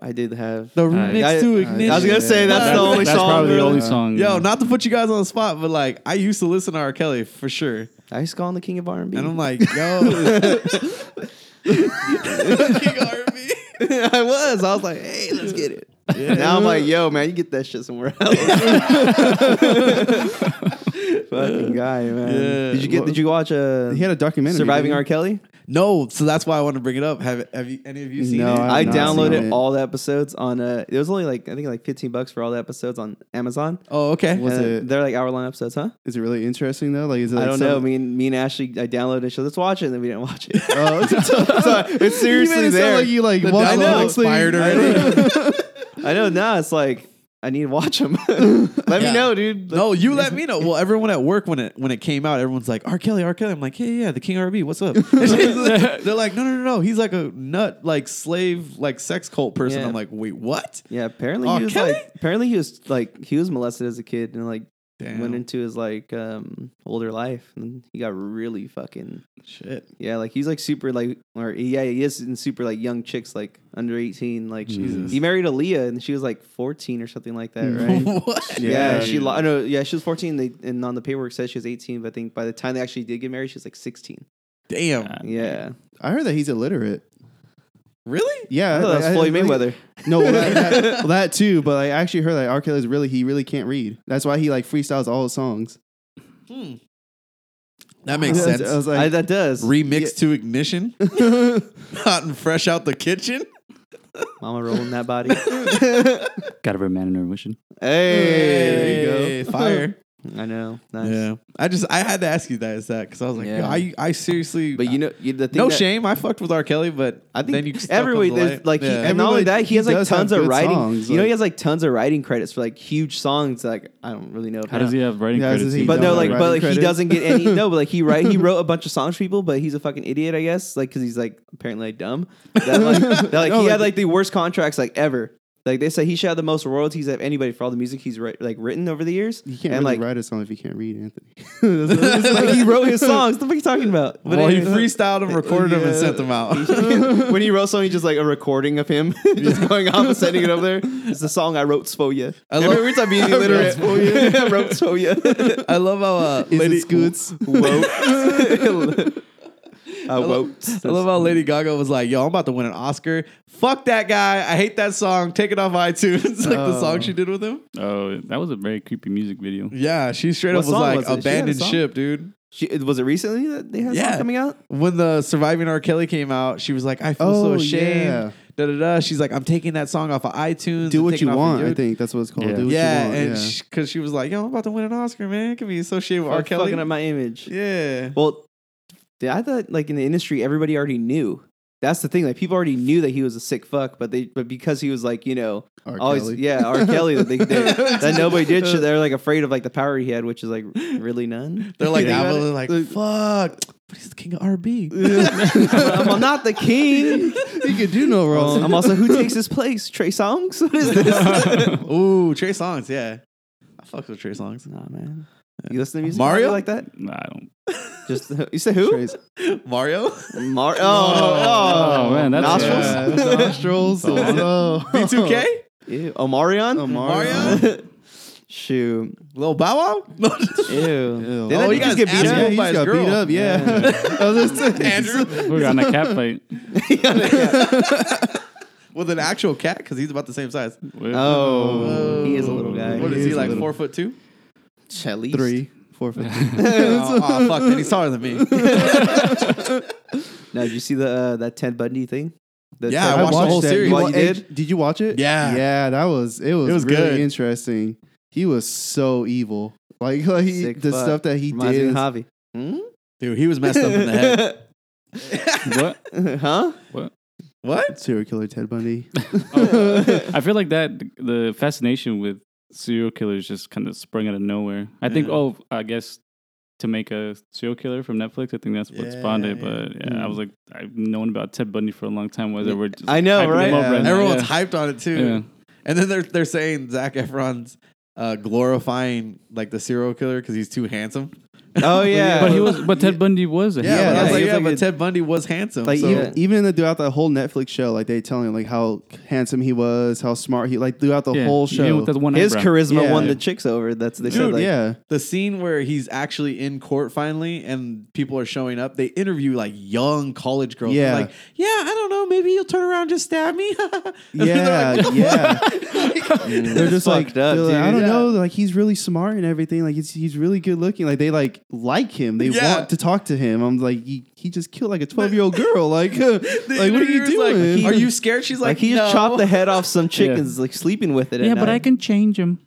Speaker 2: I did have.
Speaker 1: The
Speaker 4: I-
Speaker 1: remix
Speaker 2: I-
Speaker 1: to
Speaker 2: I
Speaker 1: ignition.
Speaker 2: I was gonna say, that's the only
Speaker 4: that's
Speaker 2: song
Speaker 4: probably the
Speaker 2: really-
Speaker 4: only song.
Speaker 1: Yo, not to put you guys on the spot, but like I used to listen to R. Kelly for sure,
Speaker 2: I used to call him the king of R and B.
Speaker 1: and I'm like, yo, King R&B.
Speaker 2: <laughs> I was. I was like, hey, let's get it. Now I'm like, yo, man, you get that shit somewhere else. <laughs> Fucking guy, man.
Speaker 1: Yeah.
Speaker 2: Did you get? Did you watch uh,
Speaker 3: He had a documentary.
Speaker 2: Surviving
Speaker 3: didn't
Speaker 2: R. Kelly?
Speaker 1: No, so that's why I want to bring it up. Have have you, any of you seen
Speaker 3: No,
Speaker 1: it?
Speaker 3: I
Speaker 2: I
Speaker 3: I've not seen
Speaker 2: downloaded
Speaker 3: it.
Speaker 2: all the episodes on. Uh, it was only like I think like 15 bucks for all the episodes on Amazon.
Speaker 1: oh, okay.
Speaker 3: Was
Speaker 2: And
Speaker 3: it-
Speaker 2: They're like hour long episodes, huh?
Speaker 3: he? Is it really interesting though? Like, is it?
Speaker 2: I
Speaker 3: like
Speaker 2: don't
Speaker 3: some-
Speaker 2: know. Me and me and Ashley, I downloaded it. So let's watch it, and then we didn't watch it.
Speaker 3: <laughs>
Speaker 2: <laughs>
Speaker 3: Oh, it's,
Speaker 2: So it's seriously
Speaker 3: you made it
Speaker 2: there.
Speaker 3: Sound like you like
Speaker 1: The
Speaker 3: watched
Speaker 1: <laughs>
Speaker 3: the
Speaker 1: download
Speaker 3: whole thing.
Speaker 1: expired already.
Speaker 2: I know now. It's like I need to watch them. <laughs> Let
Speaker 1: Yeah.
Speaker 2: me know, dude. Like,
Speaker 1: No, you
Speaker 2: <laughs>
Speaker 1: let me know. Well, everyone at work when it when it came out, everyone's like, R. Kelly, R. Kelly. I'm like, yeah, yeah, the King RB. What's
Speaker 2: <laughs>
Speaker 1: up? <laughs> They're like, no, no, no, no. He's like a nut, like slave, like sex cult person.
Speaker 2: Yeah.
Speaker 1: I'm like, wait, what? <laughs>
Speaker 2: Yeah, apparently
Speaker 1: Oh,
Speaker 2: he was
Speaker 1: Kelly?
Speaker 2: like apparently he was like he was molested as a kid and like
Speaker 1: Damn.
Speaker 2: went into his like um older life and he got really fucking
Speaker 1: Shit.
Speaker 2: yeah like he's like super like or yeah he is in super like young chicks like under eighteen like she-
Speaker 1: Jesus. Mm.
Speaker 2: he married Aaliyah and she was like fourteen or something like that
Speaker 1: <laughs>
Speaker 2: right.
Speaker 1: what?
Speaker 2: Yeah,
Speaker 3: Yeah.
Speaker 2: she. Lo- no, yeah, she was fourteen. They, and on the paperwork said she was eighteen, but I think by the time they actually did get married, she was like sixteen.
Speaker 1: Damn.
Speaker 2: Yeah,
Speaker 3: I heard that he's illiterate.
Speaker 1: Really?
Speaker 3: Yeah,
Speaker 2: I thought that was Floyd
Speaker 3: really-
Speaker 2: Mayweather.
Speaker 3: No, well,
Speaker 2: <laughs>
Speaker 3: that, that- well, that too. But I actually heard that R. Kelly's really he really can't read. That's why he like freestyles all his songs.
Speaker 1: Hmm. That makes
Speaker 3: I was-
Speaker 1: sense.
Speaker 3: I was like,
Speaker 2: I, that does.
Speaker 1: Remix to
Speaker 2: <laughs>
Speaker 1: ignition, <laughs> hot and fresh out the kitchen.
Speaker 2: Mama rolling that body.
Speaker 4: Gotta remain in intuition.
Speaker 2: hey, there you go.
Speaker 1: Fire.
Speaker 2: I know. <laughs> Nice.
Speaker 1: Yeah. I just I had to ask you that is that because I was like,
Speaker 2: Yeah.
Speaker 1: I I seriously.
Speaker 2: But you know, you, the thing
Speaker 1: no
Speaker 2: that-
Speaker 1: shame. I fucked with R. Kelly, but
Speaker 2: I think
Speaker 1: then you stuck
Speaker 2: everybody
Speaker 1: on the
Speaker 2: there's
Speaker 1: light.
Speaker 2: like he,
Speaker 1: Yeah.
Speaker 2: and not only that
Speaker 3: Everybody-
Speaker 2: he has
Speaker 3: he
Speaker 2: like
Speaker 3: does have
Speaker 2: tons of
Speaker 3: good
Speaker 2: writing.
Speaker 3: songs,
Speaker 2: you know,
Speaker 3: like-
Speaker 2: he has like tons of writing credits for like huge songs. Like I don't really know.
Speaker 4: How does he have writing
Speaker 3: Yeah,
Speaker 4: credits?
Speaker 3: does he
Speaker 4: if
Speaker 2: But
Speaker 4: you
Speaker 3: know
Speaker 2: no,
Speaker 4: don't
Speaker 2: like,
Speaker 4: write?
Speaker 2: but like, he
Speaker 3: credit?
Speaker 2: doesn't get any. No, but like he write, he wrote a bunch of songs for people, but he's a fucking idiot, I guess. Like, cause he's like apparently like, dumb. That, like, that, like,
Speaker 3: No,
Speaker 2: he
Speaker 3: like-
Speaker 2: had like the worst contracts like ever. Like they say, he should have the most royalties of anybody for all the music he's writ- like written over the years.
Speaker 3: you can't
Speaker 2: and
Speaker 3: really
Speaker 2: like, <laughs>
Speaker 3: write a song if you can't read, Anthony.
Speaker 2: like he wrote his songs. What the fuck are you talking about?
Speaker 1: well, he
Speaker 2: anyway.
Speaker 1: freestyled them, recorded them, and
Speaker 2: Yeah.
Speaker 1: sent them out.
Speaker 2: <laughs> when he wrote something, just like a recording of him <laughs> just going off and sending it over
Speaker 1: <laughs>
Speaker 2: there. It's the song I wrote Spoya.
Speaker 1: I love-
Speaker 2: Every time being illiterate, <laughs> I wrote Spoya.
Speaker 1: <laughs> I love how uh, Lady
Speaker 3: Is it Scoots?
Speaker 2: Wote. <laughs> I wote.
Speaker 1: I love how Lady Gaga was like, "Yo, I'm about to win an Oscar. Fuck that guy. I hate that song. Take it off iTunes." <laughs> like the song she did with him.
Speaker 4: Oh, that was a very creepy music video.
Speaker 1: Yeah, she straight
Speaker 2: What
Speaker 1: up was
Speaker 2: song
Speaker 1: like,
Speaker 2: was it? She had a
Speaker 1: "Abandoned
Speaker 2: song?
Speaker 1: ship, dude."
Speaker 2: She, was it recently that they had a
Speaker 1: Yeah.
Speaker 2: song coming out?
Speaker 1: When the Surviving R. Kelly came out, she was like, "I feel so
Speaker 3: Oh,
Speaker 1: ashamed."
Speaker 3: yeah.
Speaker 1: Da da da. She's like, "I'm taking that song off of iTunes.
Speaker 3: <laughs> Do
Speaker 1: and
Speaker 3: what
Speaker 1: taking
Speaker 3: you
Speaker 1: it off of
Speaker 3: want. I
Speaker 1: YouTube."
Speaker 3: think that's what it's called.
Speaker 4: Yeah.
Speaker 3: Do what
Speaker 1: yeah,
Speaker 3: you want.
Speaker 1: and because she, was like, "Yo, I'm about to win an Oscar, man. Can be associated with R.
Speaker 2: Fuck-
Speaker 1: Kelly."
Speaker 2: fucking up my image.
Speaker 1: yeah.
Speaker 2: Well, dude, I thought like in the industry everybody already knew. That's the thing. Like people already knew that he was a sick fuck, but they but because he was like you know
Speaker 3: R.
Speaker 2: always
Speaker 3: Kelly.
Speaker 2: yeah R Kelly that
Speaker 1: <laughs>
Speaker 2: they, they that nobody did shit. They're like afraid of like the power he had, which is like really none.
Speaker 1: They're like,
Speaker 2: Think about
Speaker 1: "Abba,"
Speaker 2: it.
Speaker 1: they're
Speaker 2: <laughs>
Speaker 1: like, "Fuck." But he's the king of RB.
Speaker 2: I'm not the king.
Speaker 3: you could do no wrong.
Speaker 2: I'm also who takes his place? Trey Songs? <laughs> What is
Speaker 3: <laughs>
Speaker 2: this?
Speaker 1: <laughs> Ooh, Trey Songs. Yeah, I fuck with Trey Songs.
Speaker 2: nah, man. You listen to music
Speaker 1: Mario?
Speaker 2: like that?
Speaker 4: Nah, I don't.
Speaker 2: Just you said who?
Speaker 3: Trace-
Speaker 1: <laughs> Mario.
Speaker 2: Mario. oh,
Speaker 4: Oh, man, that's
Speaker 2: nostrils. <laughs>
Speaker 3: Yeah, nostrils. Oh.
Speaker 1: B2K.
Speaker 2: Ew. Omarion?
Speaker 1: <laughs> Omarion?
Speaker 2: Shoot.
Speaker 1: Little Bow Wow?
Speaker 2: Ew.
Speaker 3: Ew.
Speaker 1: <laughs>
Speaker 2: Did that
Speaker 1: Oh, he
Speaker 2: dude just
Speaker 1: got
Speaker 2: get beat
Speaker 1: his
Speaker 3: Yeah,
Speaker 1: asshole
Speaker 2: up?
Speaker 3: he
Speaker 1: by
Speaker 3: just got
Speaker 1: girl.
Speaker 3: beat up. Yeah. I was
Speaker 1: <laughs>
Speaker 3: just-
Speaker 4: <laughs>
Speaker 1: Andrew?
Speaker 4: We were on a cat fight.
Speaker 1: <laughs>
Speaker 2: <laughs>
Speaker 1: With an actual cat? Because he's about the same size.
Speaker 2: Oh, he is a little guy.
Speaker 1: What is
Speaker 3: He
Speaker 1: he,
Speaker 3: is a
Speaker 1: like,
Speaker 3: little-
Speaker 1: four foot two?
Speaker 2: At least.
Speaker 3: Three,
Speaker 2: <laughs>
Speaker 3: four, five.
Speaker 1: oh, <laughs> oh, fuck, man. He's taller than me.
Speaker 2: Now, did you see the uh, that Ted Bundy thing? The
Speaker 1: Yeah,
Speaker 2: Ted
Speaker 1: I watched the
Speaker 2: Bundy-
Speaker 1: whole
Speaker 3: that.
Speaker 1: series.
Speaker 3: You
Speaker 2: What
Speaker 3: wa-
Speaker 2: you
Speaker 3: hey,
Speaker 2: did?
Speaker 3: Did you watch it?
Speaker 1: Yeah.
Speaker 3: Yeah, that was it was,
Speaker 1: It was
Speaker 3: really
Speaker 1: good.
Speaker 3: interesting. He was so evil. Like, <laughs> like he-
Speaker 2: Sick
Speaker 3: the
Speaker 2: fuck.
Speaker 3: stuff that he
Speaker 2: Reminds me
Speaker 3: did.
Speaker 2: of
Speaker 3: is-
Speaker 2: Javi. Hmm?
Speaker 1: Dude, he was messed up in the
Speaker 2: <laughs>
Speaker 1: head.
Speaker 4: What?
Speaker 2: huh?
Speaker 1: What?
Speaker 3: serial killer Ted Bundy.
Speaker 2: Oh,
Speaker 4: I feel like that the fascination with serial killers just kind of sprung out of nowhere. I think,
Speaker 1: Yeah.
Speaker 4: oh, I guess to make a serial killer from Netflix, I think that's what
Speaker 1: Yeah,
Speaker 4: spawned it.
Speaker 1: yeah.
Speaker 4: But yeah, I was like, I've known about Ted Bundy for a long time. Whether we're just
Speaker 2: I know,
Speaker 4: hyping him
Speaker 2: right?
Speaker 4: up
Speaker 3: Yeah.
Speaker 4: now,
Speaker 1: Everyone's
Speaker 4: yeah.
Speaker 1: hyped on it, too. And then they're, they're saying Zach Efron's uh, glorifying, like, the serial killer because he's too handsome.
Speaker 2: Oh, yeah.
Speaker 4: But he was, but Ted Bundy was a
Speaker 1: Yeah, but I
Speaker 2: yeah,
Speaker 1: was like,
Speaker 2: he was
Speaker 1: yeah,
Speaker 2: like
Speaker 1: but
Speaker 2: a-
Speaker 1: Ted Bundy was handsome.
Speaker 3: Like
Speaker 1: so-
Speaker 3: even, even in the, throughout the whole Netflix show, like they telling him like how handsome he was, how smart he like throughout the
Speaker 4: Yeah.
Speaker 3: whole
Speaker 4: Even
Speaker 3: show.
Speaker 4: with that one
Speaker 2: His
Speaker 4: eyebrow.
Speaker 2: charisma
Speaker 3: Yeah.
Speaker 2: won the chicks over. That's they said.
Speaker 3: Dude,
Speaker 2: Like,
Speaker 3: yeah.
Speaker 1: the scene where he's actually in court finally and people are showing up, they interview like young college girls. They're
Speaker 3: Yeah.
Speaker 1: Like, yeah, I don't know. Maybe he'll turn around and just stab me. <laughs> And
Speaker 3: Yeah,
Speaker 1: they're like,
Speaker 3: yeah.
Speaker 1: "What?" Like,
Speaker 3: They're just
Speaker 2: "Mm,
Speaker 3: like,
Speaker 2: fucked up,
Speaker 3: they're like, I
Speaker 2: dude.
Speaker 3: don't
Speaker 2: Yeah.
Speaker 3: know. Like he's really smart and everything. Like he's he's really good looking. Like they like like him. They
Speaker 1: Yeah.
Speaker 3: want to talk to him. I'm like he, he just killed like a 12 year old girl.
Speaker 2: <laughs>
Speaker 3: Like <laughs> like
Speaker 1: the
Speaker 3: what are you
Speaker 1: interviewer's like,
Speaker 3: doing?
Speaker 1: are you scared? She's
Speaker 2: Like,
Speaker 1: like,
Speaker 2: he
Speaker 1: "No."
Speaker 2: just chopped the head off some chickens, like sleeping with it. at
Speaker 4: Yeah, but I
Speaker 2: night.
Speaker 4: can change him.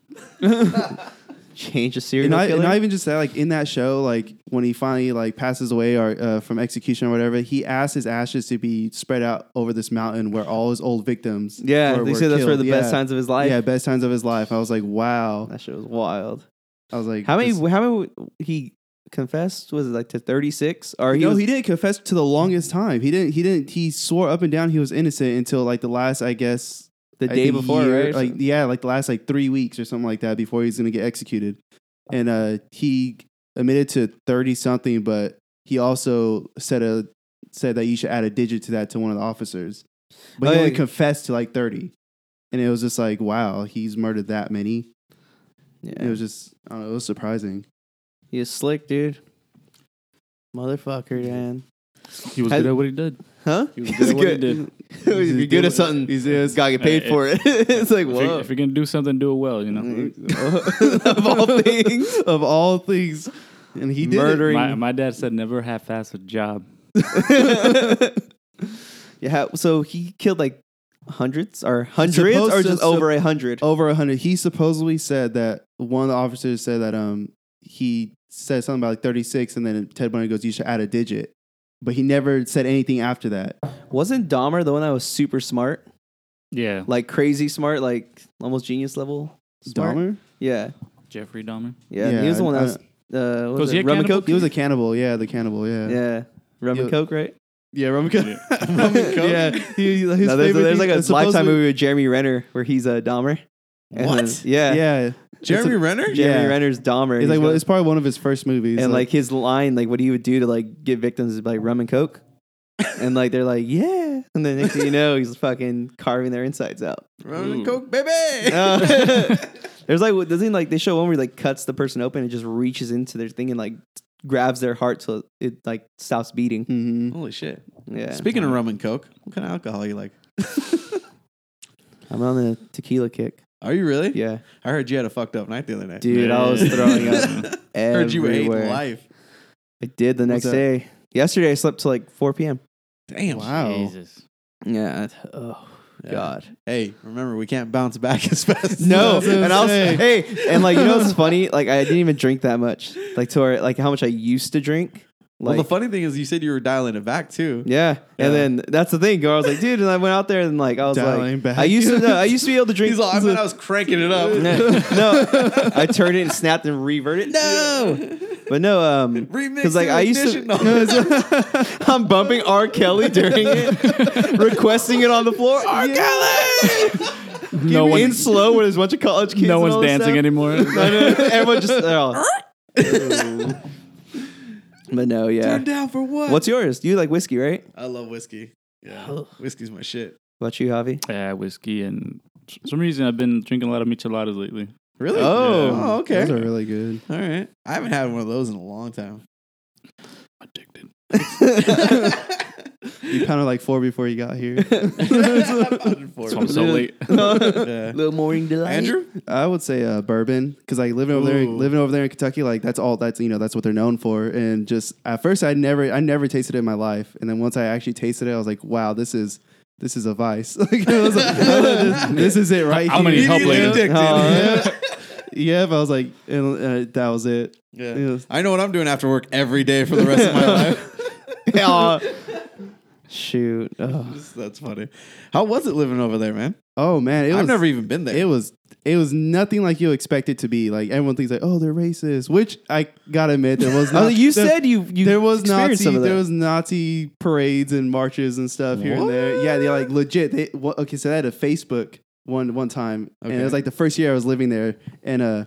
Speaker 2: change a serial
Speaker 3: and not,
Speaker 2: killer.
Speaker 3: and not even just that, like in that show, like when he finally like passes away or uh, from execution or whatever, he asked his ashes to be spread out over this mountain where all his old victims.
Speaker 2: yeah,
Speaker 3: were-
Speaker 2: they
Speaker 3: were
Speaker 2: said that's where
Speaker 3: killed.
Speaker 2: the best
Speaker 3: Yeah.
Speaker 2: times of his life.
Speaker 3: Yeah, best times of his life. I was like, wow.
Speaker 2: that shit was wild.
Speaker 3: I was like,
Speaker 2: How many?
Speaker 3: this-
Speaker 2: How many? He confessed. Was it like to thirty six? Or he?
Speaker 3: no,
Speaker 2: was-
Speaker 3: he didn't confess to the longest time. He didn't. He didn't. He swore up and down he was innocent until like the last, I guess,
Speaker 2: the
Speaker 3: I
Speaker 2: day
Speaker 3: think,
Speaker 2: before,
Speaker 3: year-
Speaker 2: right?
Speaker 3: Like yeah, like the last like three weeks or something like that before he was gonna get executed. And uh, he admitted to thirty something, but he also said a said that you should add a digit to that to one of the officers. But
Speaker 2: Oh,
Speaker 3: he
Speaker 2: yeah.
Speaker 3: only confessed to like thirty, and it was just like wow, he's murdered that many.
Speaker 2: yeah.
Speaker 3: It was just I don't know, it was surprising.
Speaker 2: he was slick, dude. Motherfucker, man.
Speaker 4: He was
Speaker 2: Has-
Speaker 4: good at what he
Speaker 1: <laughs>
Speaker 4: did.
Speaker 2: Huh?
Speaker 4: He was good at what he
Speaker 2: <laughs>
Speaker 4: did.
Speaker 2: if you're good at something,
Speaker 3: He's
Speaker 2: you
Speaker 3: just
Speaker 2: gotta get paid
Speaker 4: Hey,
Speaker 2: for it. <laughs> it's like
Speaker 4: If you're,
Speaker 2: whoa.
Speaker 4: if you're gonna do something, do it well. You
Speaker 1: Mm-hmm.
Speaker 3: <laughs>
Speaker 4: know.
Speaker 2: of all things,
Speaker 3: of all things, and he did it.
Speaker 2: Murdering.
Speaker 4: My, my dad said never half-ass a job.
Speaker 2: <laughs> yeah. how- So he killed like hundreds or hundreds
Speaker 3: supposed
Speaker 2: or
Speaker 3: to-
Speaker 2: just
Speaker 3: sup-
Speaker 2: over a hundred.
Speaker 3: over a hundred. He supposedly said that one of the officers said that um he said something about like thirty six, and then Ted Bundy goes, "You should add a digit," but he never said anything after that.
Speaker 2: Wasn't Dahmer the one that was super smart,
Speaker 4: Yeah,
Speaker 2: like crazy smart, like almost genius level? Smart?
Speaker 3: Dahmer,
Speaker 2: Yeah,
Speaker 4: Jeffrey Dahmer.
Speaker 2: yeah.
Speaker 3: Yeah,
Speaker 2: he was the one that
Speaker 3: I-
Speaker 2: was. Uh, what was
Speaker 4: Was he
Speaker 2: it,
Speaker 4: a
Speaker 2: rum and
Speaker 4: cannibal?
Speaker 2: coke?
Speaker 3: he was a cannibal. Yeah, the cannibal. Yeah,
Speaker 2: yeah, rum and
Speaker 3: Yeah.
Speaker 2: coke, right?
Speaker 3: yeah, <laughs> Roman Coke.
Speaker 2: <laughs>
Speaker 3: yeah, he, his
Speaker 2: No, there's,
Speaker 3: favorite
Speaker 2: there's like
Speaker 3: thing-
Speaker 2: a
Speaker 3: supposedly-
Speaker 2: lifetime movie with Jeremy Renner where he's a Dahmer. And
Speaker 1: <laughs> What?
Speaker 2: then- yeah,
Speaker 3: Yeah,
Speaker 1: Jeremy
Speaker 3: It's
Speaker 1: Renner?
Speaker 3: Yeah.
Speaker 2: Jeremy Renner's Dahmer.
Speaker 3: a-
Speaker 2: He's
Speaker 3: it's like well,
Speaker 2: got-
Speaker 3: it's probably one of his first movies.
Speaker 2: and like his line, like what he would do to like get victims is like rum and coke, and like they're like yeah, and then next thing you know, he's fucking carving their insides out. <laughs>
Speaker 1: Rum and
Speaker 4: Ooh.
Speaker 1: Coke, baby.
Speaker 2: Uh, There's like doesn't he, like they show one where he like cuts the person open and just reaches into their thing and like grabs their heart till it like stops beating.
Speaker 1: <laughs>
Speaker 3: Mhm.
Speaker 1: Holy shit.
Speaker 2: Yeah,
Speaker 1: Speaking of rum and Coke, what kind of alcohol you like?
Speaker 2: <laughs> I'm on the tequila kick.
Speaker 1: Are you really?
Speaker 2: Yeah,
Speaker 1: I heard you had a fucked up night the other night.
Speaker 2: dude, I was
Speaker 4: Yeah.
Speaker 2: throwing up everywhere.
Speaker 1: heard you were hating life.
Speaker 2: I did the next
Speaker 3: that?
Speaker 2: day. Yesterday, I slept till like 4 p.m.
Speaker 1: Damn.
Speaker 3: wow,
Speaker 4: Jesus.
Speaker 2: Yeah. Oh
Speaker 1: Yeah.
Speaker 2: God.
Speaker 1: Hey, remember we can't bounce back <laughs> as fast.
Speaker 2: <laughs> No,
Speaker 3: That's what I'm
Speaker 2: and I was
Speaker 3: saying.
Speaker 2: hey, and like you know what's funny? Like I didn't even drink that much. Like to where, like how much I used to drink.
Speaker 1: well,
Speaker 2: Like
Speaker 1: the funny thing is, you said you were dialing it back too.
Speaker 2: yeah.
Speaker 1: Yeah.
Speaker 2: and then that's the thing. girl, I was like, dude, and I went out there and like I was
Speaker 3: Dialing
Speaker 2: like,
Speaker 3: back.
Speaker 2: I used to no, I used to be able to
Speaker 1: <laughs>
Speaker 2: drink.
Speaker 1: He's all, I mean, I was cranking it
Speaker 2: <laughs>
Speaker 1: up.
Speaker 2: no, I turned it and snapped and reverted.
Speaker 1: <laughs>
Speaker 2: <laughs>
Speaker 1: No.
Speaker 2: but no, um,
Speaker 1: Remix
Speaker 2: because like
Speaker 1: your
Speaker 2: I used to, <laughs>
Speaker 1: ignition. No,
Speaker 2: I'm bumping R. Kelly during
Speaker 1: <laughs>
Speaker 2: it, requesting it on the floor. R. Kelly,
Speaker 4: No one,
Speaker 2: in slow when there's a bunch of college kids.
Speaker 4: no
Speaker 2: and all
Speaker 4: one's
Speaker 2: this
Speaker 4: dancing
Speaker 1: <laughs>
Speaker 2: stuff.
Speaker 4: anymore.
Speaker 2: No, no, no,
Speaker 4: <laughs>
Speaker 2: everyone just. they're all- <laughs> but no, yeah.
Speaker 1: Turn down for what?
Speaker 2: What's yours? You like whiskey, right?
Speaker 1: I love whiskey. Yeah, whiskey's my shit.
Speaker 2: What about you, Javi?
Speaker 4: Yeah, whiskey and for some reason I've been drinking a lot of micheladas lately.
Speaker 1: Really?
Speaker 2: Oh.
Speaker 1: Yeah. oh okay.
Speaker 3: Those are really good.
Speaker 1: All right. I haven't had one of those in a long time.
Speaker 2: <laughs>
Speaker 1: <laughs>
Speaker 4: Addicted.
Speaker 3: You kind of like four before you
Speaker 2: <laughs>
Speaker 3: got here.
Speaker 4: That's why I'm so
Speaker 2: Yeah.
Speaker 4: late.
Speaker 1: Yeah.
Speaker 2: Little morning delight.
Speaker 1: Andrew?
Speaker 3: I would say uh, bourbon because like living over there,
Speaker 1: Ooh.
Speaker 3: living over there in Kentucky, like that's all that's you know that's what they're known for. And just at first, I never, I never tasted it in my life, and then once I actually tasted it, I was like, wow, this is this is a vice. <laughs> like, I was like, this, this is it right
Speaker 4: How many
Speaker 3: here.
Speaker 4: help
Speaker 1: Immediately
Speaker 4: later?
Speaker 1: addicted.
Speaker 2: <laughs>
Speaker 3: Oh, Yeah, but I was like, and, uh, that was it.
Speaker 1: Yeah.
Speaker 3: It was-
Speaker 1: I know what I'm doing after work every day for the rest of
Speaker 3: <laughs>
Speaker 1: my life. <laughs>
Speaker 4: <laughs>
Speaker 2: Aw. Shoot. Ugh.
Speaker 1: That's funny. How was it living over there, man?
Speaker 3: oh man, it was
Speaker 1: I've never even been there.
Speaker 3: it was it was nothing like you expect it to be. Like everyone thinks like, oh, they're racist, which I gotta admit there
Speaker 2: <laughs>
Speaker 3: was.
Speaker 2: I was
Speaker 3: Not,
Speaker 2: like, Oh, you
Speaker 3: there-
Speaker 2: said you, you
Speaker 3: there was
Speaker 2: experienced
Speaker 3: Nazi
Speaker 2: some of that.
Speaker 3: there was Nazi parades and marches and stuff here and there. Yeah, they're like legit. They wha- okay, so I had a Facebook one one time, and
Speaker 1: Okay.
Speaker 3: it was like the first year I was living there, and uh,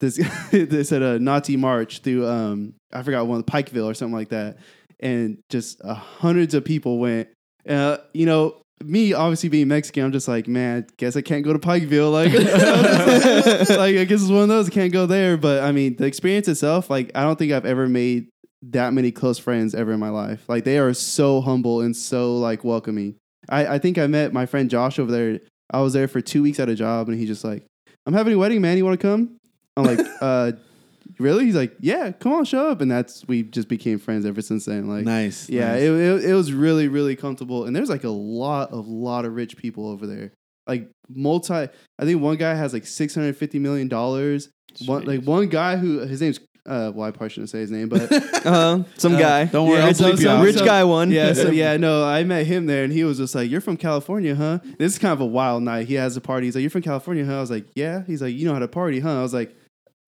Speaker 3: this <laughs> they said a Nazi march through um I forgot one Pikeville or something like that, and just uh, hundreds of people went. Uh, you know. Me obviously being Mexican, I'm just like, man, guess I can't go to Pikeville. Like, <laughs> like I guess it's one of those. I can't go there. But I mean, the experience itself, like, I don't think I've ever made that many close friends ever in my life. Like they are so humble and so like welcoming. I, I think I met my friend Josh over there. I was there for two weeks at a job and he's just like, I'm having a wedding, man. You want to come? I'm like, uh, really? He's like, yeah, come on, show up. And that's, we just became friends ever since then. Like,
Speaker 1: nice.
Speaker 3: yeah,
Speaker 1: nice.
Speaker 3: It, it, it was really, really comfortable. And there's like a lot of, lot of rich people over there. Like multi, I think one guy has like $650 million One, like one guy who his name's uh, well, I probably shouldn't say his name, but
Speaker 2: Uh, some
Speaker 1: Uh,
Speaker 2: guy.
Speaker 1: don't worry,
Speaker 3: Yeah,
Speaker 1: I'll
Speaker 3: it's-
Speaker 1: bleep you
Speaker 3: it's-
Speaker 1: out.
Speaker 2: Rich
Speaker 3: so-
Speaker 2: guy one. <laughs>
Speaker 3: Yeah, so yeah, no, I met him there and he was just like, You're from California, huh? This is kind of a wild night. He has a party. He's like, You're from California, huh? I was like, Yeah. He's like, You know how to party, huh? I was like,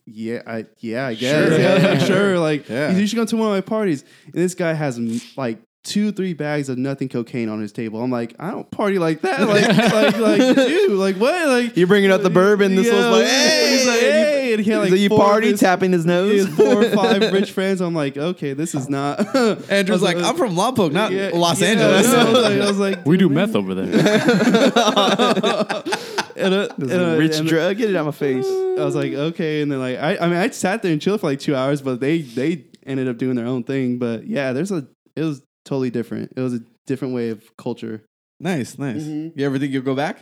Speaker 3: Yeah, I yeah, I guess.
Speaker 1: Sure.
Speaker 3: Yeah, I was like, sure. Like
Speaker 1: Yeah.
Speaker 3: he's, you should go to one of my parties. And this guy has mm, like two, three bags of nothing cocaine on his table. I'm like, I don't party like that. Like like
Speaker 2: <laughs>
Speaker 3: like dude, like what? Like
Speaker 2: You're bringing out the bourbon. This
Speaker 3: yeah,
Speaker 2: one's like,
Speaker 3: he's like,
Speaker 2: hey.
Speaker 3: hey, and he had like
Speaker 2: so you
Speaker 3: four of
Speaker 2: party
Speaker 3: his-
Speaker 2: tapping
Speaker 3: <laughs>
Speaker 2: his <laughs>
Speaker 3: he
Speaker 2: nose.
Speaker 3: had four or five rich friends. I'm like, okay, this is not. <laughs>
Speaker 1: Andrew's like, I'm from Lompoc, not
Speaker 3: Yeah,
Speaker 1: Los
Speaker 3: yeah,
Speaker 1: Angeles.
Speaker 3: I was like, I was like
Speaker 4: We do meth over there.
Speaker 3: <laughs> and, uh, and, uh,
Speaker 2: Rich
Speaker 3: and
Speaker 2: drug. Get it out my face.
Speaker 3: I was like, okay, and then like I, I mean, I sat there and chilled for like two hours, but they they ended up doing their own thing. But yeah, there's a it was totally different. It was a different way of culture.
Speaker 1: <laughs> nice, nice.
Speaker 3: Mhm.
Speaker 1: You ever think you'll go back?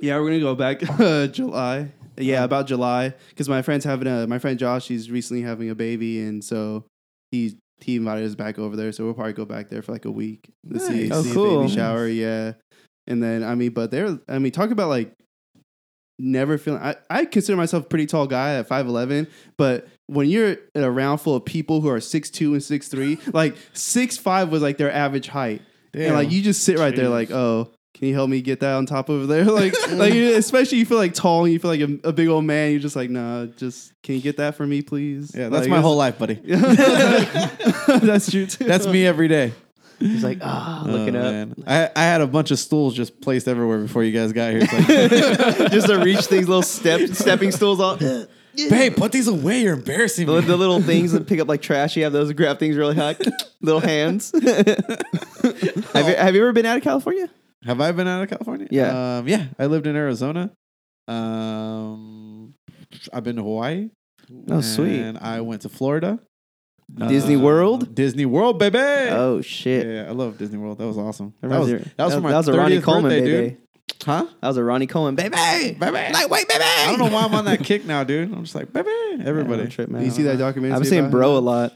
Speaker 3: Yeah, we're gonna go back <laughs> uh, July. Yeah, about July because my friend's having a my friend Josh. He's recently having a baby, and so he he invited us back over there. So we'll probably go back there for like a week to see,
Speaker 1: Nice.
Speaker 2: Oh,
Speaker 3: see a
Speaker 2: cool.
Speaker 3: baby shower. Yeah, and then I mean, but they're I mean, talk about like never feeling. I I consider myself a pretty tall guy at five eleven, but when you're in a round full of people who are six two and six three, like six five was like their average height. And like you just sit right there, like,
Speaker 4: Jeez.
Speaker 3: oh, can you help me get that on top over there? <laughs> Like, like you- especially you feel like tall and you feel like a, a big old man. You're just like, nah, just can you get that for me, please?
Speaker 1: yeah, that's
Speaker 3: Like,
Speaker 1: my whole life, buddy.
Speaker 3: <laughs> that's true too.
Speaker 1: That's me every
Speaker 3: <laughs>
Speaker 1: day.
Speaker 2: He's like, ah, looking
Speaker 1: Oh,
Speaker 2: up.
Speaker 1: man. I, I had a bunch of stools just placed everywhere before you guys got here.
Speaker 3: <laughs>
Speaker 1: It's like,
Speaker 2: just to reach these little step stepping stools off. The,
Speaker 1: babe, put these away. You're embarrassing me.
Speaker 2: the little things that pick up like trash. You have those grab things
Speaker 3: <laughs>
Speaker 2: really hot. little hands. <laughs>
Speaker 3: Oh,
Speaker 2: have, you, have you ever been out of California?
Speaker 1: Have I been out of California?
Speaker 2: Yeah.
Speaker 1: Um, yeah. I lived in Arizona. Um, I've been to Hawaii.
Speaker 2: Oh, sweet.
Speaker 1: And I went to Florida.
Speaker 2: Disney
Speaker 1: Uh,
Speaker 2: World.
Speaker 1: Disney World, baby.
Speaker 2: Oh shit.
Speaker 1: Yeah, I love Disney World. That was awesome. That
Speaker 2: reminds
Speaker 1: was,
Speaker 2: me-
Speaker 1: that was for my
Speaker 2: a
Speaker 1: 30th
Speaker 2: Ronnie Coleman
Speaker 1: birthday,
Speaker 2: baby.
Speaker 1: dude. Huh?
Speaker 2: That was a Ronnie Coleman baby.
Speaker 1: Baby.
Speaker 2: Lightweight baby.
Speaker 1: I don't know why I'm on that kick now, dude. I'm just like, baby. Everybody.
Speaker 2: Trip, man.
Speaker 3: You
Speaker 2: I
Speaker 3: see
Speaker 2: don't
Speaker 3: that
Speaker 2: know.
Speaker 3: documentary?
Speaker 2: I've been saying
Speaker 3: about
Speaker 2: bro a
Speaker 3: him?
Speaker 2: lot.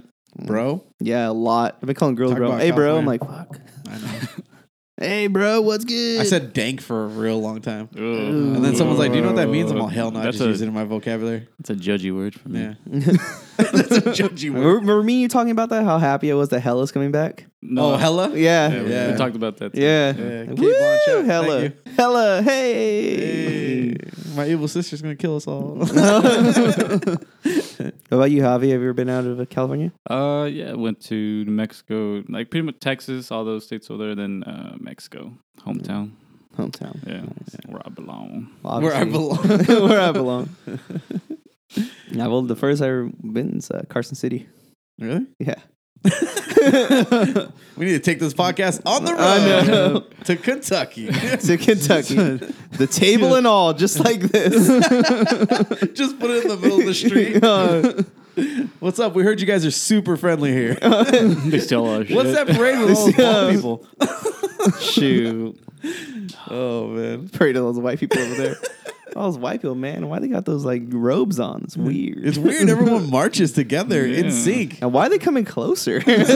Speaker 1: Bro.
Speaker 2: Yeah, a lot. I've been calling girls
Speaker 1: Talk
Speaker 2: bro.
Speaker 1: about
Speaker 2: Hey, bro. I'm
Speaker 1: California.
Speaker 2: like, fuck.
Speaker 1: I know.
Speaker 2: Hey, bro. What's good?
Speaker 1: I said dank for a real long time.
Speaker 4: Ugh.
Speaker 1: <laughs> And then someone's like, "Do you know what that means?" I'm all, "Hell no!" I
Speaker 4: That's
Speaker 1: just
Speaker 4: a-
Speaker 1: use it in my
Speaker 2: <laughs>
Speaker 1: vocabulary.
Speaker 4: It's a judgy word for me.
Speaker 1: Yeah, <laughs> that's a judgy
Speaker 2: <laughs>
Speaker 1: word.
Speaker 2: Remember, remember me and you talking about that? How happy I was that Hell is coming back?
Speaker 4: No,
Speaker 1: Oh, hella.
Speaker 2: Yeah.
Speaker 4: Yeah, we-
Speaker 1: Yeah.
Speaker 4: we talked about that. too.
Speaker 2: Yeah.
Speaker 1: Yeah, keep
Speaker 2: Woo,
Speaker 1: on chat. Thank
Speaker 2: hella.
Speaker 1: you.
Speaker 2: Hella. Hey.
Speaker 1: Hey, my evil sister's gonna kill us <laughs> all.
Speaker 2: What about you, Javi? Have you ever been out of uh, California?
Speaker 4: Uh, yeah, went to New Mexico, like pretty much Texas, all those states over there, then uh, Mexico, hometown.
Speaker 2: Hometown.
Speaker 4: Yeah, where I belong. <laughs>
Speaker 2: Well,
Speaker 1: Where I
Speaker 2: obviously.
Speaker 1: belong.
Speaker 2: <laughs> Where I belong. yeah, well, the first I've ever been is uh, Carson City.
Speaker 1: <laughs> really?
Speaker 2: Yeah.
Speaker 1: We need to take this podcast on the
Speaker 2: I know.
Speaker 1: road to Kentucky. <laughs>
Speaker 2: to Kentucky. the table and all, just like this.
Speaker 1: Just put it in the middle of the <laughs> street.
Speaker 2: Uh,
Speaker 1: What's up? We heard you guys are super friendly <laughs> here.
Speaker 4: They still are.
Speaker 1: What's that parade with <laughs> all those bald people?
Speaker 2: <laughs> shoot.
Speaker 1: Oh man,
Speaker 2: Pray to those white people over there. All <laughs> those white people, man. Why they got those like robes on? It's weird.
Speaker 1: it's weird. <laughs> Everyone marches together in
Speaker 4: Yeah.
Speaker 1: sync.
Speaker 2: And why are they coming closer?
Speaker 4: It's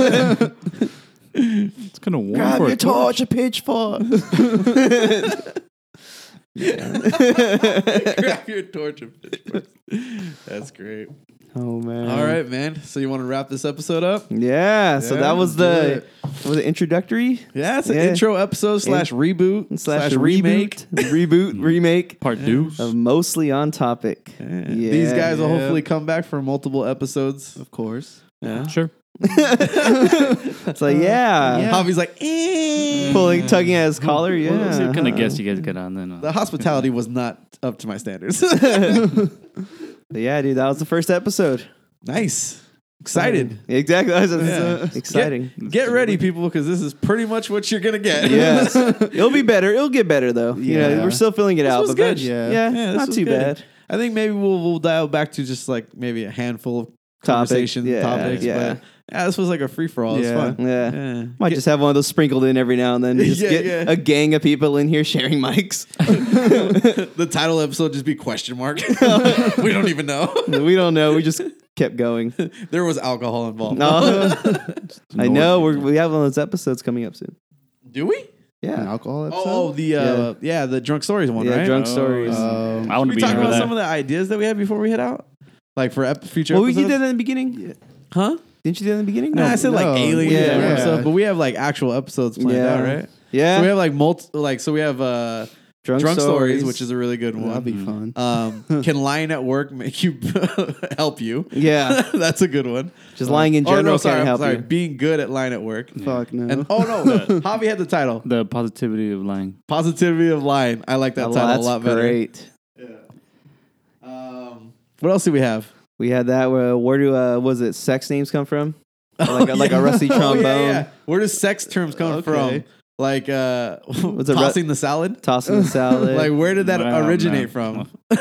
Speaker 4: kind of warm.
Speaker 2: Grab
Speaker 4: for
Speaker 2: your
Speaker 4: a tour.
Speaker 2: torch, a pitchfork.
Speaker 1: <laughs> <laughs> Grab your torch and pitchforks. That's great.
Speaker 2: <laughs> oh man.
Speaker 1: All right, man. So you want to wrap this episode up?
Speaker 2: Yeah, so
Speaker 1: Yeah,
Speaker 2: that was
Speaker 1: let's
Speaker 2: the was it introductory
Speaker 1: Yeah, it's an
Speaker 2: Yeah.
Speaker 1: intro episode slash reboot
Speaker 2: slash, reboot
Speaker 1: <laughs>
Speaker 2: reboot remake
Speaker 4: Part deuce.
Speaker 2: of mostly on topic.
Speaker 1: Yeah.
Speaker 2: Yeah.
Speaker 1: These guys will
Speaker 3: Yeah.
Speaker 1: hopefully come back for multiple episodes.
Speaker 3: Of course.
Speaker 1: Yeah.
Speaker 4: Sure.
Speaker 2: It's like yeah,
Speaker 1: Javi's like, eh.
Speaker 2: pulling tugging at his collar. Yeah, Uh-huh.
Speaker 4: What kind of guess you guys get on then? Uh,
Speaker 1: the hospitality was not up to my standards. <laughs>
Speaker 2: But yeah, dude, that was the first episode.
Speaker 1: nice. Excited.
Speaker 2: Exactly. That was- uh,
Speaker 1: <laughs> Yeah.
Speaker 2: Exciting.
Speaker 1: uh, Get ready, people, because this is pretty much what you're going to get. <laughs>
Speaker 2: yes. It'll be better. It'll get better though. Yeah.
Speaker 3: Yeah.
Speaker 2: we're still feeling it out.
Speaker 1: was
Speaker 2: but
Speaker 1: good.
Speaker 2: eventu-
Speaker 3: Yeah.
Speaker 1: Yeah,
Speaker 2: Yeah,
Speaker 1: this
Speaker 2: not
Speaker 1: was
Speaker 2: too
Speaker 1: good.
Speaker 2: bad.
Speaker 1: I think maybe we'll, we'll dial back to just like maybe a handful of
Speaker 2: Topic.
Speaker 1: conversation
Speaker 2: Yeah,
Speaker 1: topics.
Speaker 2: yeah.
Speaker 1: But yeah, this was like a free for all. It's
Speaker 3: Yeah.
Speaker 1: fun.
Speaker 2: Yeah.
Speaker 1: Yeah.
Speaker 2: Might just have one of those sprinkled in every now
Speaker 1: <laughs>
Speaker 2: and then. Just
Speaker 1: Yeah,
Speaker 2: get
Speaker 1: yeah.
Speaker 2: a gang of people in here sharing mics. <laughs>
Speaker 1: <laughs> the title episode just be question mark. <laughs> we don't even <laughs> know.
Speaker 2: we don't know. We just kept
Speaker 1: <laughs>
Speaker 2: going.
Speaker 1: there was alcohol involved.
Speaker 2: No. <laughs> I know. We're, we have one of those episodes coming up soon.
Speaker 1: Do we?
Speaker 3: An
Speaker 2: Yeah.
Speaker 3: alcohol episode.
Speaker 1: Oh, the uh, yeah. the drunk stories one,
Speaker 2: yeah.
Speaker 1: right?
Speaker 2: Drunk
Speaker 4: Oh,
Speaker 2: stories.
Speaker 4: yeah.
Speaker 3: Um,
Speaker 4: I
Speaker 1: Can
Speaker 4: want to
Speaker 1: we
Speaker 4: be
Speaker 1: talk
Speaker 4: here for
Speaker 1: about
Speaker 4: that.
Speaker 1: some of the ideas that we had before we hit out? Like for ep- future
Speaker 2: Well, we
Speaker 1: episodes?
Speaker 2: did that in the beginning.
Speaker 1: huh?
Speaker 2: Didn't you do that in the beginning?
Speaker 1: No, I said
Speaker 3: no,
Speaker 1: like aliens
Speaker 2: yeah,
Speaker 1: and
Speaker 2: yeah.
Speaker 1: stuff, but we have like actual episodes planned
Speaker 2: Yeah.
Speaker 1: out, right?
Speaker 2: yeah.
Speaker 1: So we have like multi, like so we have uh, drunk, stories, which is a really good
Speaker 3: That'd
Speaker 1: one.
Speaker 3: be fun.
Speaker 2: <laughs>
Speaker 1: Um, can lying at work make you <laughs> help you?
Speaker 2: yeah,
Speaker 1: <laughs> That's a good one.
Speaker 2: just lying in general
Speaker 1: oh, no, sorry,
Speaker 2: can't
Speaker 1: I'm
Speaker 2: help
Speaker 1: sorry.
Speaker 2: you.
Speaker 1: Being good at lying at
Speaker 2: <laughs>
Speaker 1: work.
Speaker 3: Fuck no.
Speaker 1: And oh no, Javi had the title.
Speaker 4: The positivity of
Speaker 2: <laughs>
Speaker 4: lying.
Speaker 1: Positivity of lying. I like that
Speaker 2: Well,
Speaker 1: title
Speaker 2: that's
Speaker 1: a lot better.
Speaker 2: great.
Speaker 1: Um, what else do we have?
Speaker 2: We had that. Where, where do uh, was it? Sex names come from? Like a- like a rusty
Speaker 1: <laughs> Oh, yeah, <laughs>
Speaker 2: trombone.
Speaker 1: yeah. Where does sex terms come
Speaker 2: Okay.
Speaker 1: from? Like uh,
Speaker 2: it, ru-
Speaker 1: tossing the salad.
Speaker 2: Tossing the
Speaker 1: <laughs>
Speaker 2: salad.
Speaker 1: Like where did that
Speaker 4: Wow, no.
Speaker 1: originate from?
Speaker 4: I'm,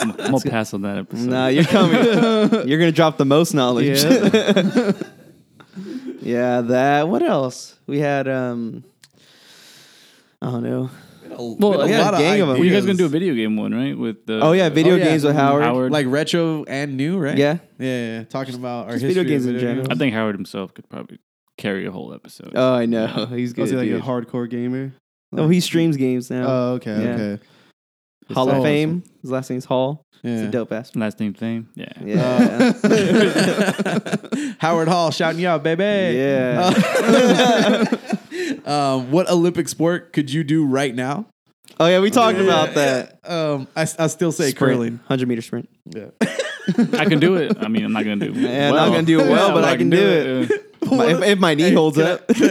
Speaker 4: I'm gonna pass on that episode.
Speaker 2: nah, you're
Speaker 1: <laughs>
Speaker 2: coming. you're gonna drop the most knowledge. <laughs> Yeah. that. What else? We had. um I don't know.
Speaker 1: Well,
Speaker 2: we had a gang of 'em.
Speaker 4: Well, you guys gonna do a video game one, right? With the
Speaker 2: Oh yeah, video
Speaker 1: yeah.
Speaker 2: games with Howard.
Speaker 4: Howard.
Speaker 1: like retro and new, right?
Speaker 2: Yeah.
Speaker 1: yeah, yeah, yeah. Talking about our
Speaker 2: Just
Speaker 1: history
Speaker 2: video
Speaker 1: of
Speaker 2: games in general.
Speaker 4: I think Howard himself could probably carry a whole episode.
Speaker 2: Oh, I know. <laughs> He's good.
Speaker 3: Was he like
Speaker 2: dude.
Speaker 3: a hardcore gamer?
Speaker 2: oh, he streams games now.
Speaker 1: Uh,
Speaker 3: Oh, okay,
Speaker 2: Yeah.
Speaker 3: okay.
Speaker 2: Hall of
Speaker 3: Oh,
Speaker 2: Fame. His last name's Hall. He's a
Speaker 1: Yeah. <laughs>
Speaker 2: dope ass.
Speaker 4: Last name Fame. Yeah.
Speaker 2: Yeah.
Speaker 1: <laughs> Howard Hall shouting you out, baby.
Speaker 2: yeah.
Speaker 1: Uh, <laughs> um, what Olympic sport could you do right now?
Speaker 2: oh yeah, we talked about that.
Speaker 1: Um, I, I still say curling.
Speaker 2: hundred meter sprint.
Speaker 4: I can do it. I mean, I'm not
Speaker 2: <laughs>
Speaker 4: gonna do.
Speaker 2: Yeah, not gonna do well, but I can do it.
Speaker 4: Yeah.
Speaker 2: <laughs> My- if, if my knee holds up,
Speaker 1: Can I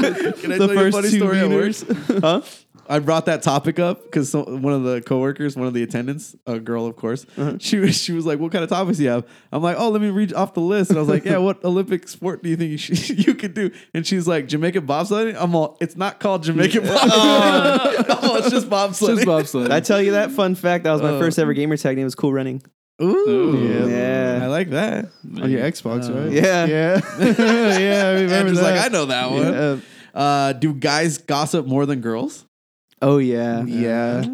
Speaker 2: The
Speaker 1: tell you a
Speaker 2: first
Speaker 1: funny
Speaker 2: two
Speaker 1: story at work? <laughs>
Speaker 2: meters. huh?
Speaker 1: I brought that topic up because one of the coworkers, one of the attendants, a girl, of course,
Speaker 3: Uh-huh.
Speaker 1: she was she was like, "What kind of topics do you have?" I'm like, "Oh, let me read off the list." And I was like, "Yeah, what Olympic sport do you think you, should, <laughs> you could do?" And she's like, "Jamaican bobsledding." I'm all, "It's not called Jamaican bobsledding. <laughs> I'm all, it's just bobsledding."
Speaker 4: Just bobsled.
Speaker 2: Did I tell you that fun fact? That was my
Speaker 1: Oh.
Speaker 2: first ever gamer tag name was Cool Running.
Speaker 1: Ooh,
Speaker 3: Yeah.
Speaker 1: I
Speaker 2: Yeah,
Speaker 1: like that.
Speaker 3: On your Xbox,
Speaker 1: Uh,
Speaker 3: right?
Speaker 2: yeah.
Speaker 3: yeah, <laughs> yeah. I remember
Speaker 1: Andrew's
Speaker 3: that.
Speaker 1: like, "I know that one."
Speaker 3: Yeah.
Speaker 1: Uh, do guys gossip more than girls?
Speaker 2: Oh yeah.
Speaker 3: Yeah.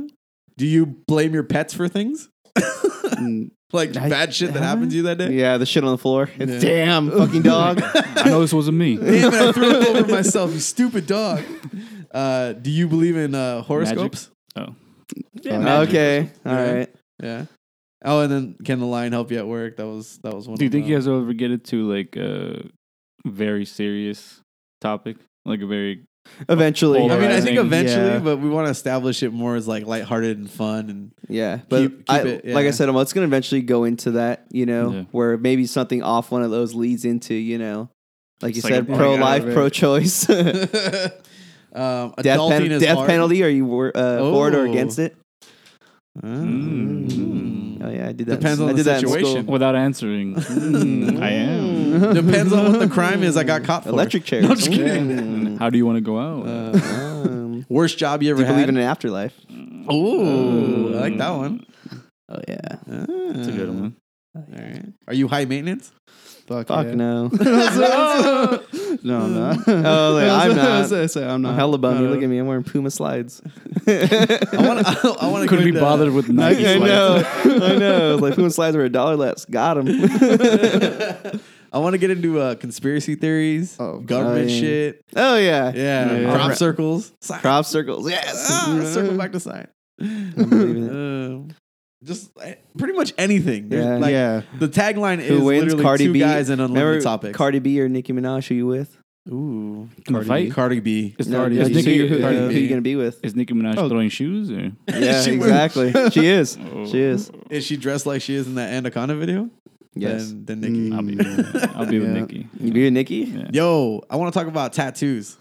Speaker 1: Do you blame your pets for things
Speaker 3: Mm,
Speaker 1: like
Speaker 3: I-
Speaker 1: bad shit that happened to you that day?
Speaker 2: Yeah, the shit on the floor. It's
Speaker 1: Yeah.
Speaker 2: damn
Speaker 1: <laughs>
Speaker 2: fucking dog.
Speaker 4: I know this wasn't me.
Speaker 1: Damn it, I threw it
Speaker 2: <laughs>
Speaker 1: over myself, you stupid dog. Uh, do you believe in uh, horoscopes?
Speaker 4: Yeah, man.
Speaker 2: okay. All
Speaker 1: Yeah.
Speaker 2: right.
Speaker 1: Yeah. Oh, and then can the lion help you at work? That was that was one.
Speaker 4: Do you
Speaker 1: of
Speaker 4: think
Speaker 1: them.
Speaker 4: you guys will ever get it to like a very serious topic, like a very
Speaker 2: Eventually.
Speaker 4: Well,
Speaker 1: I mean, I think
Speaker 4: Polarizing,
Speaker 1: eventually,
Speaker 3: yeah.
Speaker 1: but we want to establish it more as like lighthearted and fun. And <laughs>
Speaker 2: Yeah, but
Speaker 1: Keep- keep
Speaker 2: I,
Speaker 1: it,
Speaker 2: like
Speaker 1: yeah.
Speaker 2: I said, I'm, it's going to eventually go into that, you know,
Speaker 4: Yeah.
Speaker 2: where maybe something off one of those leads into, you know, like you
Speaker 4: It's like
Speaker 2: said,
Speaker 4: a-
Speaker 2: pro life,
Speaker 3: Yeah, right.
Speaker 2: pro choice, <laughs> death,
Speaker 1: um, adulting
Speaker 2: pen-
Speaker 1: is
Speaker 2: death
Speaker 1: hard.
Speaker 2: penalty. Are you wor- uh, for it or
Speaker 1: Oh.
Speaker 2: against it?
Speaker 1: Oh.
Speaker 4: Mm.
Speaker 1: Hmm.
Speaker 2: Oh yeah, I did that. in
Speaker 1: Depends
Speaker 2: s-
Speaker 1: on
Speaker 2: I
Speaker 1: the
Speaker 2: did that in
Speaker 1: situation.
Speaker 2: school.
Speaker 4: without <laughs> answering? Mm, I am.
Speaker 1: <laughs> Depends on what the crime is. I got caught for
Speaker 2: <laughs> Electric chair.
Speaker 1: No, I'm just kidding. <laughs>
Speaker 2: Mm-hmm.
Speaker 4: And How do you want to go out?
Speaker 1: Uh,
Speaker 2: Um,
Speaker 1: worst job you
Speaker 2: do
Speaker 1: ever
Speaker 2: you believe
Speaker 1: had?
Speaker 2: in an afterlife?
Speaker 1: Ooh, I like that one.
Speaker 2: Oh yeah.
Speaker 1: That's
Speaker 4: That's a
Speaker 2: <laughs>
Speaker 4: good one.
Speaker 1: All right. Are you high maintenance?
Speaker 3: Fuck,
Speaker 2: Oh, Fuck
Speaker 1: <laughs>
Speaker 3: yeah.
Speaker 2: no. <laughs>
Speaker 4: Oh,
Speaker 3: No, I'm <laughs> not.
Speaker 2: Oh, like, I'm
Speaker 3: I
Speaker 2: not.
Speaker 3: was gonna say, I'm
Speaker 2: I'm
Speaker 3: not. Uh,
Speaker 2: hella bummed.
Speaker 3: No,
Speaker 2: You
Speaker 3: no.
Speaker 1: Uh-huh.
Speaker 2: look at me. I'm wearing
Speaker 1: <laughs>
Speaker 2: Puma slides.
Speaker 1: I want to. I want to.
Speaker 4: Couldn't be bothered with
Speaker 2: <laughs>
Speaker 4: Nike.
Speaker 2: I
Speaker 4: slides.
Speaker 2: know.
Speaker 1: <laughs>
Speaker 2: I know. It's like Puma slides were a dollar less. Got him.
Speaker 1: I want to get into uh, conspiracy theories,
Speaker 3: Oh,
Speaker 1: government
Speaker 2: oh, yeah.
Speaker 1: shit,
Speaker 2: oh yeah.
Speaker 1: yeah,
Speaker 3: Yeah.
Speaker 1: crop
Speaker 2: Alright.
Speaker 1: circles, science.
Speaker 2: <laughs> Crop circles. Yes.
Speaker 1: <laughs> Ah, circle back to science.
Speaker 2: I believe in it.
Speaker 1: <laughs> Um, just eh, pretty much anything. There's,
Speaker 2: Yeah.
Speaker 1: like,
Speaker 3: yeah.
Speaker 1: The tagline is
Speaker 2: Who wins?
Speaker 1: literally
Speaker 2: Cardi
Speaker 1: two
Speaker 2: B.
Speaker 1: guys and
Speaker 2: Remember
Speaker 1: unlimited topics.
Speaker 2: Cardi B or Nicki Minaj? Who you with?
Speaker 1: Ooh,
Speaker 4: In the fight?
Speaker 1: Cardi B.
Speaker 4: Is,
Speaker 1: <laughs>
Speaker 2: No,
Speaker 4: Cardi-
Speaker 2: no,
Speaker 4: is
Speaker 2: you- who,
Speaker 4: Nicki,
Speaker 2: you- uh,
Speaker 1: Cardi
Speaker 2: who
Speaker 1: B.
Speaker 2: you gonna be with?
Speaker 4: is Nicki Minaj
Speaker 3: Oh.
Speaker 4: throwing shoes? Or?
Speaker 2: Yeah,
Speaker 1: She was-
Speaker 2: exactly. she is.
Speaker 4: Oh.
Speaker 2: She is.
Speaker 1: Is she dressed like she is in that Anaconda video?
Speaker 2: Yes.
Speaker 1: Then, then Nikki.
Speaker 4: I'll be,
Speaker 3: Mm.
Speaker 4: I'll be with
Speaker 3: Yeah.
Speaker 4: Nicki.
Speaker 2: You be with Nicki?
Speaker 4: Yeah.
Speaker 1: Yo, I want to talk about tattoos.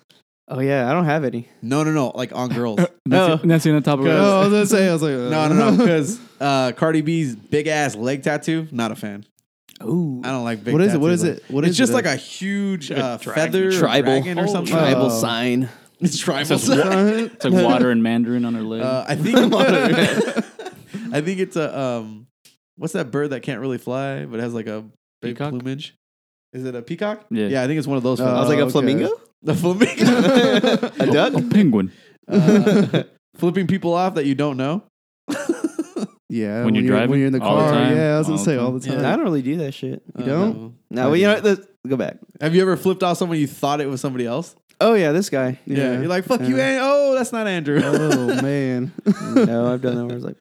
Speaker 2: Oh yeah, I don't have any.
Speaker 1: No, no, no. Like on
Speaker 2: <laughs>
Speaker 1: girls.
Speaker 4: That's,
Speaker 2: No.
Speaker 4: that's in the top of
Speaker 3: Oh, I was gonna say, I was like,
Speaker 1: No, no, no. Because uh, Cardi B's big ass leg tattoo, not a fan.
Speaker 2: <laughs> Ooh.
Speaker 1: I don't like big.
Speaker 3: What is it? What
Speaker 1: tattoos
Speaker 3: is
Speaker 1: like-
Speaker 3: it? What
Speaker 1: it's
Speaker 3: is
Speaker 1: just
Speaker 3: it?
Speaker 1: like a huge uh,
Speaker 4: dragon.
Speaker 1: feather,
Speaker 2: Tribal.
Speaker 1: dragon or
Speaker 4: Oh,
Speaker 1: something.
Speaker 2: <laughs>
Speaker 4: tri-
Speaker 2: Tribal
Speaker 3: Oh.
Speaker 2: sign.
Speaker 1: <laughs> It's tribal.
Speaker 4: It's a- It's
Speaker 2: <laughs>
Speaker 4: like water and Mandarin on her leg.
Speaker 1: Uh, I think. <laughs> I think it's a um. What's that bird that can't really fly but has like a big
Speaker 4: Peacock?
Speaker 1: plumage? Is it a peacock?
Speaker 4: Yeah.
Speaker 1: I think it's one of those.
Speaker 2: I
Speaker 1: feathers.
Speaker 2: was like a
Speaker 3: okay.
Speaker 2: flamingo,
Speaker 1: the <laughs> flamingo.
Speaker 2: <laughs> a duck.
Speaker 4: a Oh, penguin.
Speaker 1: Uh, flipping people off that you don't
Speaker 3: <laughs>
Speaker 1: know.
Speaker 3: yeah. are
Speaker 4: When you're
Speaker 3: when
Speaker 4: driving,
Speaker 3: you're in the
Speaker 4: all the
Speaker 3: car.
Speaker 4: time,
Speaker 3: yeah, I was gonna
Speaker 4: all the
Speaker 3: say
Speaker 4: time.
Speaker 3: all the
Speaker 1: Yeah.
Speaker 3: time.
Speaker 2: I don't really do that shit.
Speaker 1: Uh,
Speaker 3: You don't?
Speaker 2: No, well, you know, let's go back.
Speaker 1: Have you ever flipped off someone you thought it was somebody else?
Speaker 2: Oh yeah, this guy.
Speaker 1: Yeah. You're like, fuck you,
Speaker 3: Yeah.
Speaker 1: An- oh, that's not Andrew.
Speaker 2: <laughs>
Speaker 3: Oh man.
Speaker 1: <laughs>
Speaker 2: no, I've done that. Where I was like,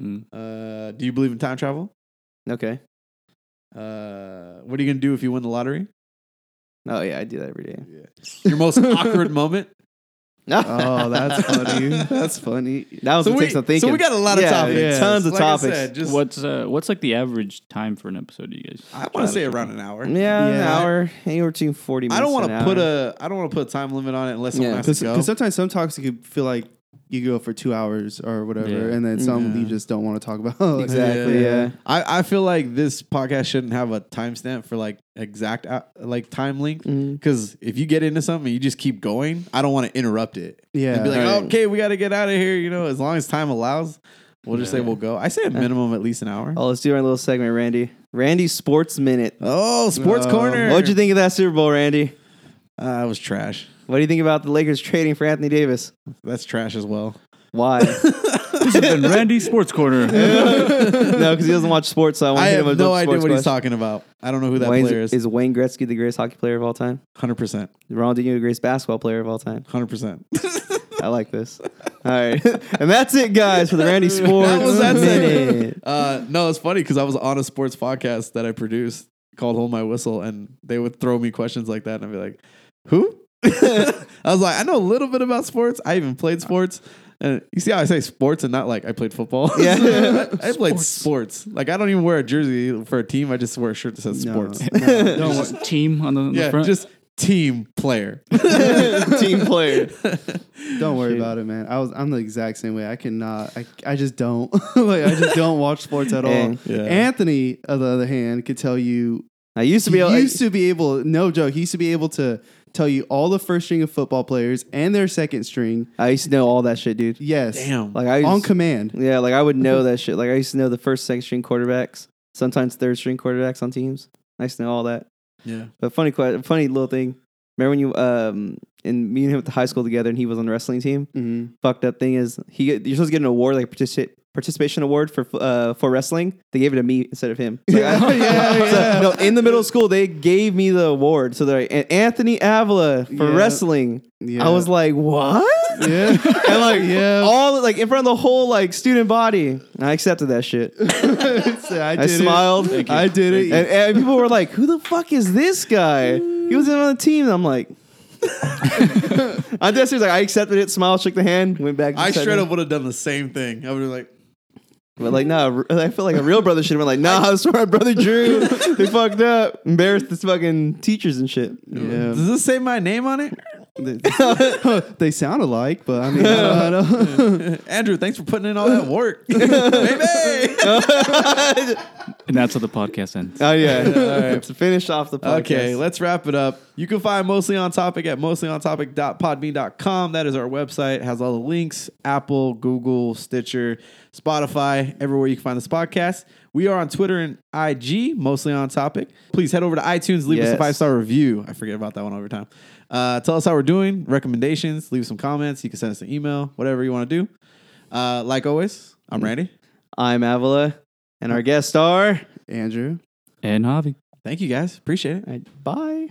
Speaker 4: Mm.
Speaker 1: Uh, do you believe in time travel?
Speaker 2: Okay.
Speaker 1: Uh, what are you gonna do if you win the lottery?
Speaker 2: Oh yeah, I do that every day.
Speaker 1: Your
Speaker 2: <laughs>
Speaker 1: most awkward moment.
Speaker 3: Oh, that's funny. that's funny.
Speaker 2: That was
Speaker 1: so,
Speaker 2: what
Speaker 1: we,
Speaker 2: takes some thinking.
Speaker 1: so we got a lot of
Speaker 2: Yeah,
Speaker 1: topics.
Speaker 3: yeah.
Speaker 2: Tons of
Speaker 1: Like I
Speaker 2: topics.
Speaker 1: said, just,
Speaker 4: what's uh, what's like the average time for an episode, you guys?
Speaker 1: I want to say around an hour.
Speaker 2: yeah, an
Speaker 3: Yeah.
Speaker 2: hour, anywhere between forty. minutes
Speaker 1: I don't
Speaker 2: want to an
Speaker 1: put
Speaker 2: hour.
Speaker 1: a I don't want to put a time limit on it unless someone
Speaker 2: Yeah.
Speaker 1: has
Speaker 3: Because
Speaker 1: to go.
Speaker 3: sometimes some talks you could feel like you could go for two hours or whatever,
Speaker 4: Yeah.
Speaker 3: and then some
Speaker 1: Yeah.
Speaker 3: you just don't want to talk about. <laughs>
Speaker 2: exactly.
Speaker 1: Yeah.
Speaker 2: Yeah.
Speaker 1: I, I feel like this podcast shouldn't have a timestamp for like exact uh, like time length
Speaker 2: Mhm.
Speaker 1: because if you get into something and you just keep going, I don't want to interrupt it.
Speaker 3: yeah.
Speaker 1: and be like,
Speaker 2: Right.
Speaker 1: okay, we got to get out of here. You know, as long as time allows, we'll just say
Speaker 4: Yeah.
Speaker 1: we'll go. I say a minimum at least an hour.
Speaker 2: Oh, let's do our little segment, Randy. Randy Sports Minute. Um,
Speaker 1: Oh, sports
Speaker 3: Oh.
Speaker 1: corner.
Speaker 2: What'd you think of that Super Bowl, Randy?
Speaker 1: Uh, I was trash.
Speaker 2: What do you think about the Lakers trading for Anthony Davis?
Speaker 1: That's trash as well. <laughs>
Speaker 2: Why?
Speaker 4: This has been Randy Sports Corner.
Speaker 2: no, because he doesn't watch sports, so I want
Speaker 1: I
Speaker 2: to hit him
Speaker 1: have
Speaker 2: with
Speaker 1: no
Speaker 2: a
Speaker 1: idea
Speaker 2: sports
Speaker 1: what he's
Speaker 2: question.
Speaker 1: talking about. I don't know who that
Speaker 2: Wayne's-
Speaker 1: player is.
Speaker 2: Is Wayne Gretzky the greatest hockey player of all time?
Speaker 1: 100%.
Speaker 2: Ronaldinho the greatest basketball player of all time?
Speaker 1: 100%.
Speaker 2: I
Speaker 1: <laughs>
Speaker 2: like this. All right, and that's it, guys, for the Randy Sports
Speaker 1: That was that <laughs>
Speaker 2: Minute.
Speaker 1: <laughs> Uh, no, it's funny because I was on a sports podcast that I produced called Hold My Whistle, and they would throw me questions like that, and I'd be like, "Who?" <laughs> I was like, "I know a little bit about sports. I even played sports." And you see how I say sports and not like I played football.
Speaker 2: Yeah.
Speaker 1: <laughs> I played sports. Like I don't even wear a jersey for a team. I just wear a shirt that says
Speaker 3: No.
Speaker 1: sports.
Speaker 2: <laughs>
Speaker 3: No, no,
Speaker 4: team on the, on the
Speaker 1: yeah,
Speaker 4: front.
Speaker 1: just team player.
Speaker 2: Team player.
Speaker 3: Don't worry about it, man. I was I'm the exact same way. I cannot. I, I just don't <laughs> like. I just don't watch
Speaker 2: <laughs>
Speaker 3: sports at all.
Speaker 2: Dang.
Speaker 1: Yeah.
Speaker 3: Anthony, on the other hand, could tell you.
Speaker 2: I used to
Speaker 3: He
Speaker 2: be able.
Speaker 3: used to be able. No joke. He used to be able to tell you all the first string of football players and their second string.
Speaker 2: I used to know all that shit, dude.
Speaker 3: Yes.
Speaker 1: <laughs> Damn.
Speaker 2: Like I used,
Speaker 3: On command.
Speaker 2: yeah, like I would
Speaker 3: <laughs>
Speaker 2: know that shit. Like I used to know the first, second string quarterbacks, sometimes third string quarterbacks on teams. I used to know all that.
Speaker 1: yeah.
Speaker 2: But funny, que- funny little thing. Remember when you um and me and him went to high school together, and he was on the wrestling team.
Speaker 3: Mhm.
Speaker 2: Fucked up thing is he you're supposed to get an award like a partici- participation award for uh for wrestling. They gave it to me instead of
Speaker 3: <laughs>
Speaker 2: him. Like, <laughs> I-
Speaker 3: yeah,
Speaker 2: so,
Speaker 3: yeah.
Speaker 2: No, in the middle of school they gave me the award. So they're like "An- Anthony Avila for
Speaker 3: Yeah.
Speaker 2: wrestling.
Speaker 3: Yeah.
Speaker 2: I
Speaker 3: <laughs>
Speaker 2: was like, <laughs> what?
Speaker 3: Yeah. <laughs>
Speaker 1: <laughs>
Speaker 2: And like
Speaker 3: Yeah.
Speaker 2: all like in front of the whole like student body. And I accepted
Speaker 1: <laughs>
Speaker 2: that shit.
Speaker 3: So I,
Speaker 2: I
Speaker 3: did it.
Speaker 2: smiled.
Speaker 3: I did it.
Speaker 2: And, and people were like, "Who the fuck is this guy?" He was on the team. And I'm like, <laughs> I'm just like, I accepted it, smiled, shook the hand, went back. to
Speaker 1: I
Speaker 2: the side
Speaker 1: straight
Speaker 2: room.
Speaker 1: up would have done the same thing. I would have like,
Speaker 2: but like, nah, I feel like a real brother should have been like, nah, <laughs> that's where my brother Drew. they fucked up, embarrassed the fucking teachers and shit.
Speaker 1: <laughs>
Speaker 3: Yeah.
Speaker 1: does this say my name on it? <laughs>
Speaker 3: they sound alike, but I mean, <laughs> I don't know.
Speaker 1: Andrew, thanks for putting in all that <laughs> work. Baby.
Speaker 4: and that's how the podcast ends.
Speaker 2: <laughs>
Speaker 1: <laughs>
Speaker 2: Oh yeah, to finish off the podcast.
Speaker 1: Okay, let's wrap it up. You can find Mostly On Topic at mostlyontopic.podbean.com. That is our website. It has all the links Apple, Google, Stitcher, Spotify, everywhere you can find this podcast. We are on Twitter and IG, Mostly On Topic. Please head over to iTunes, leave us a
Speaker 2: Yes.
Speaker 1: five star review. I forget about that one every time. Uh, tell us how we're doing, recommendations, leave some comments. You can send us an email, whatever you want to do. Uh, like always,
Speaker 2: Mm.
Speaker 1: I'm Randy.
Speaker 2: I'm Avila, and our guest star.
Speaker 3: Andrew.
Speaker 4: And Javi.
Speaker 1: Thank you guys. Appreciate it.
Speaker 2: Bye.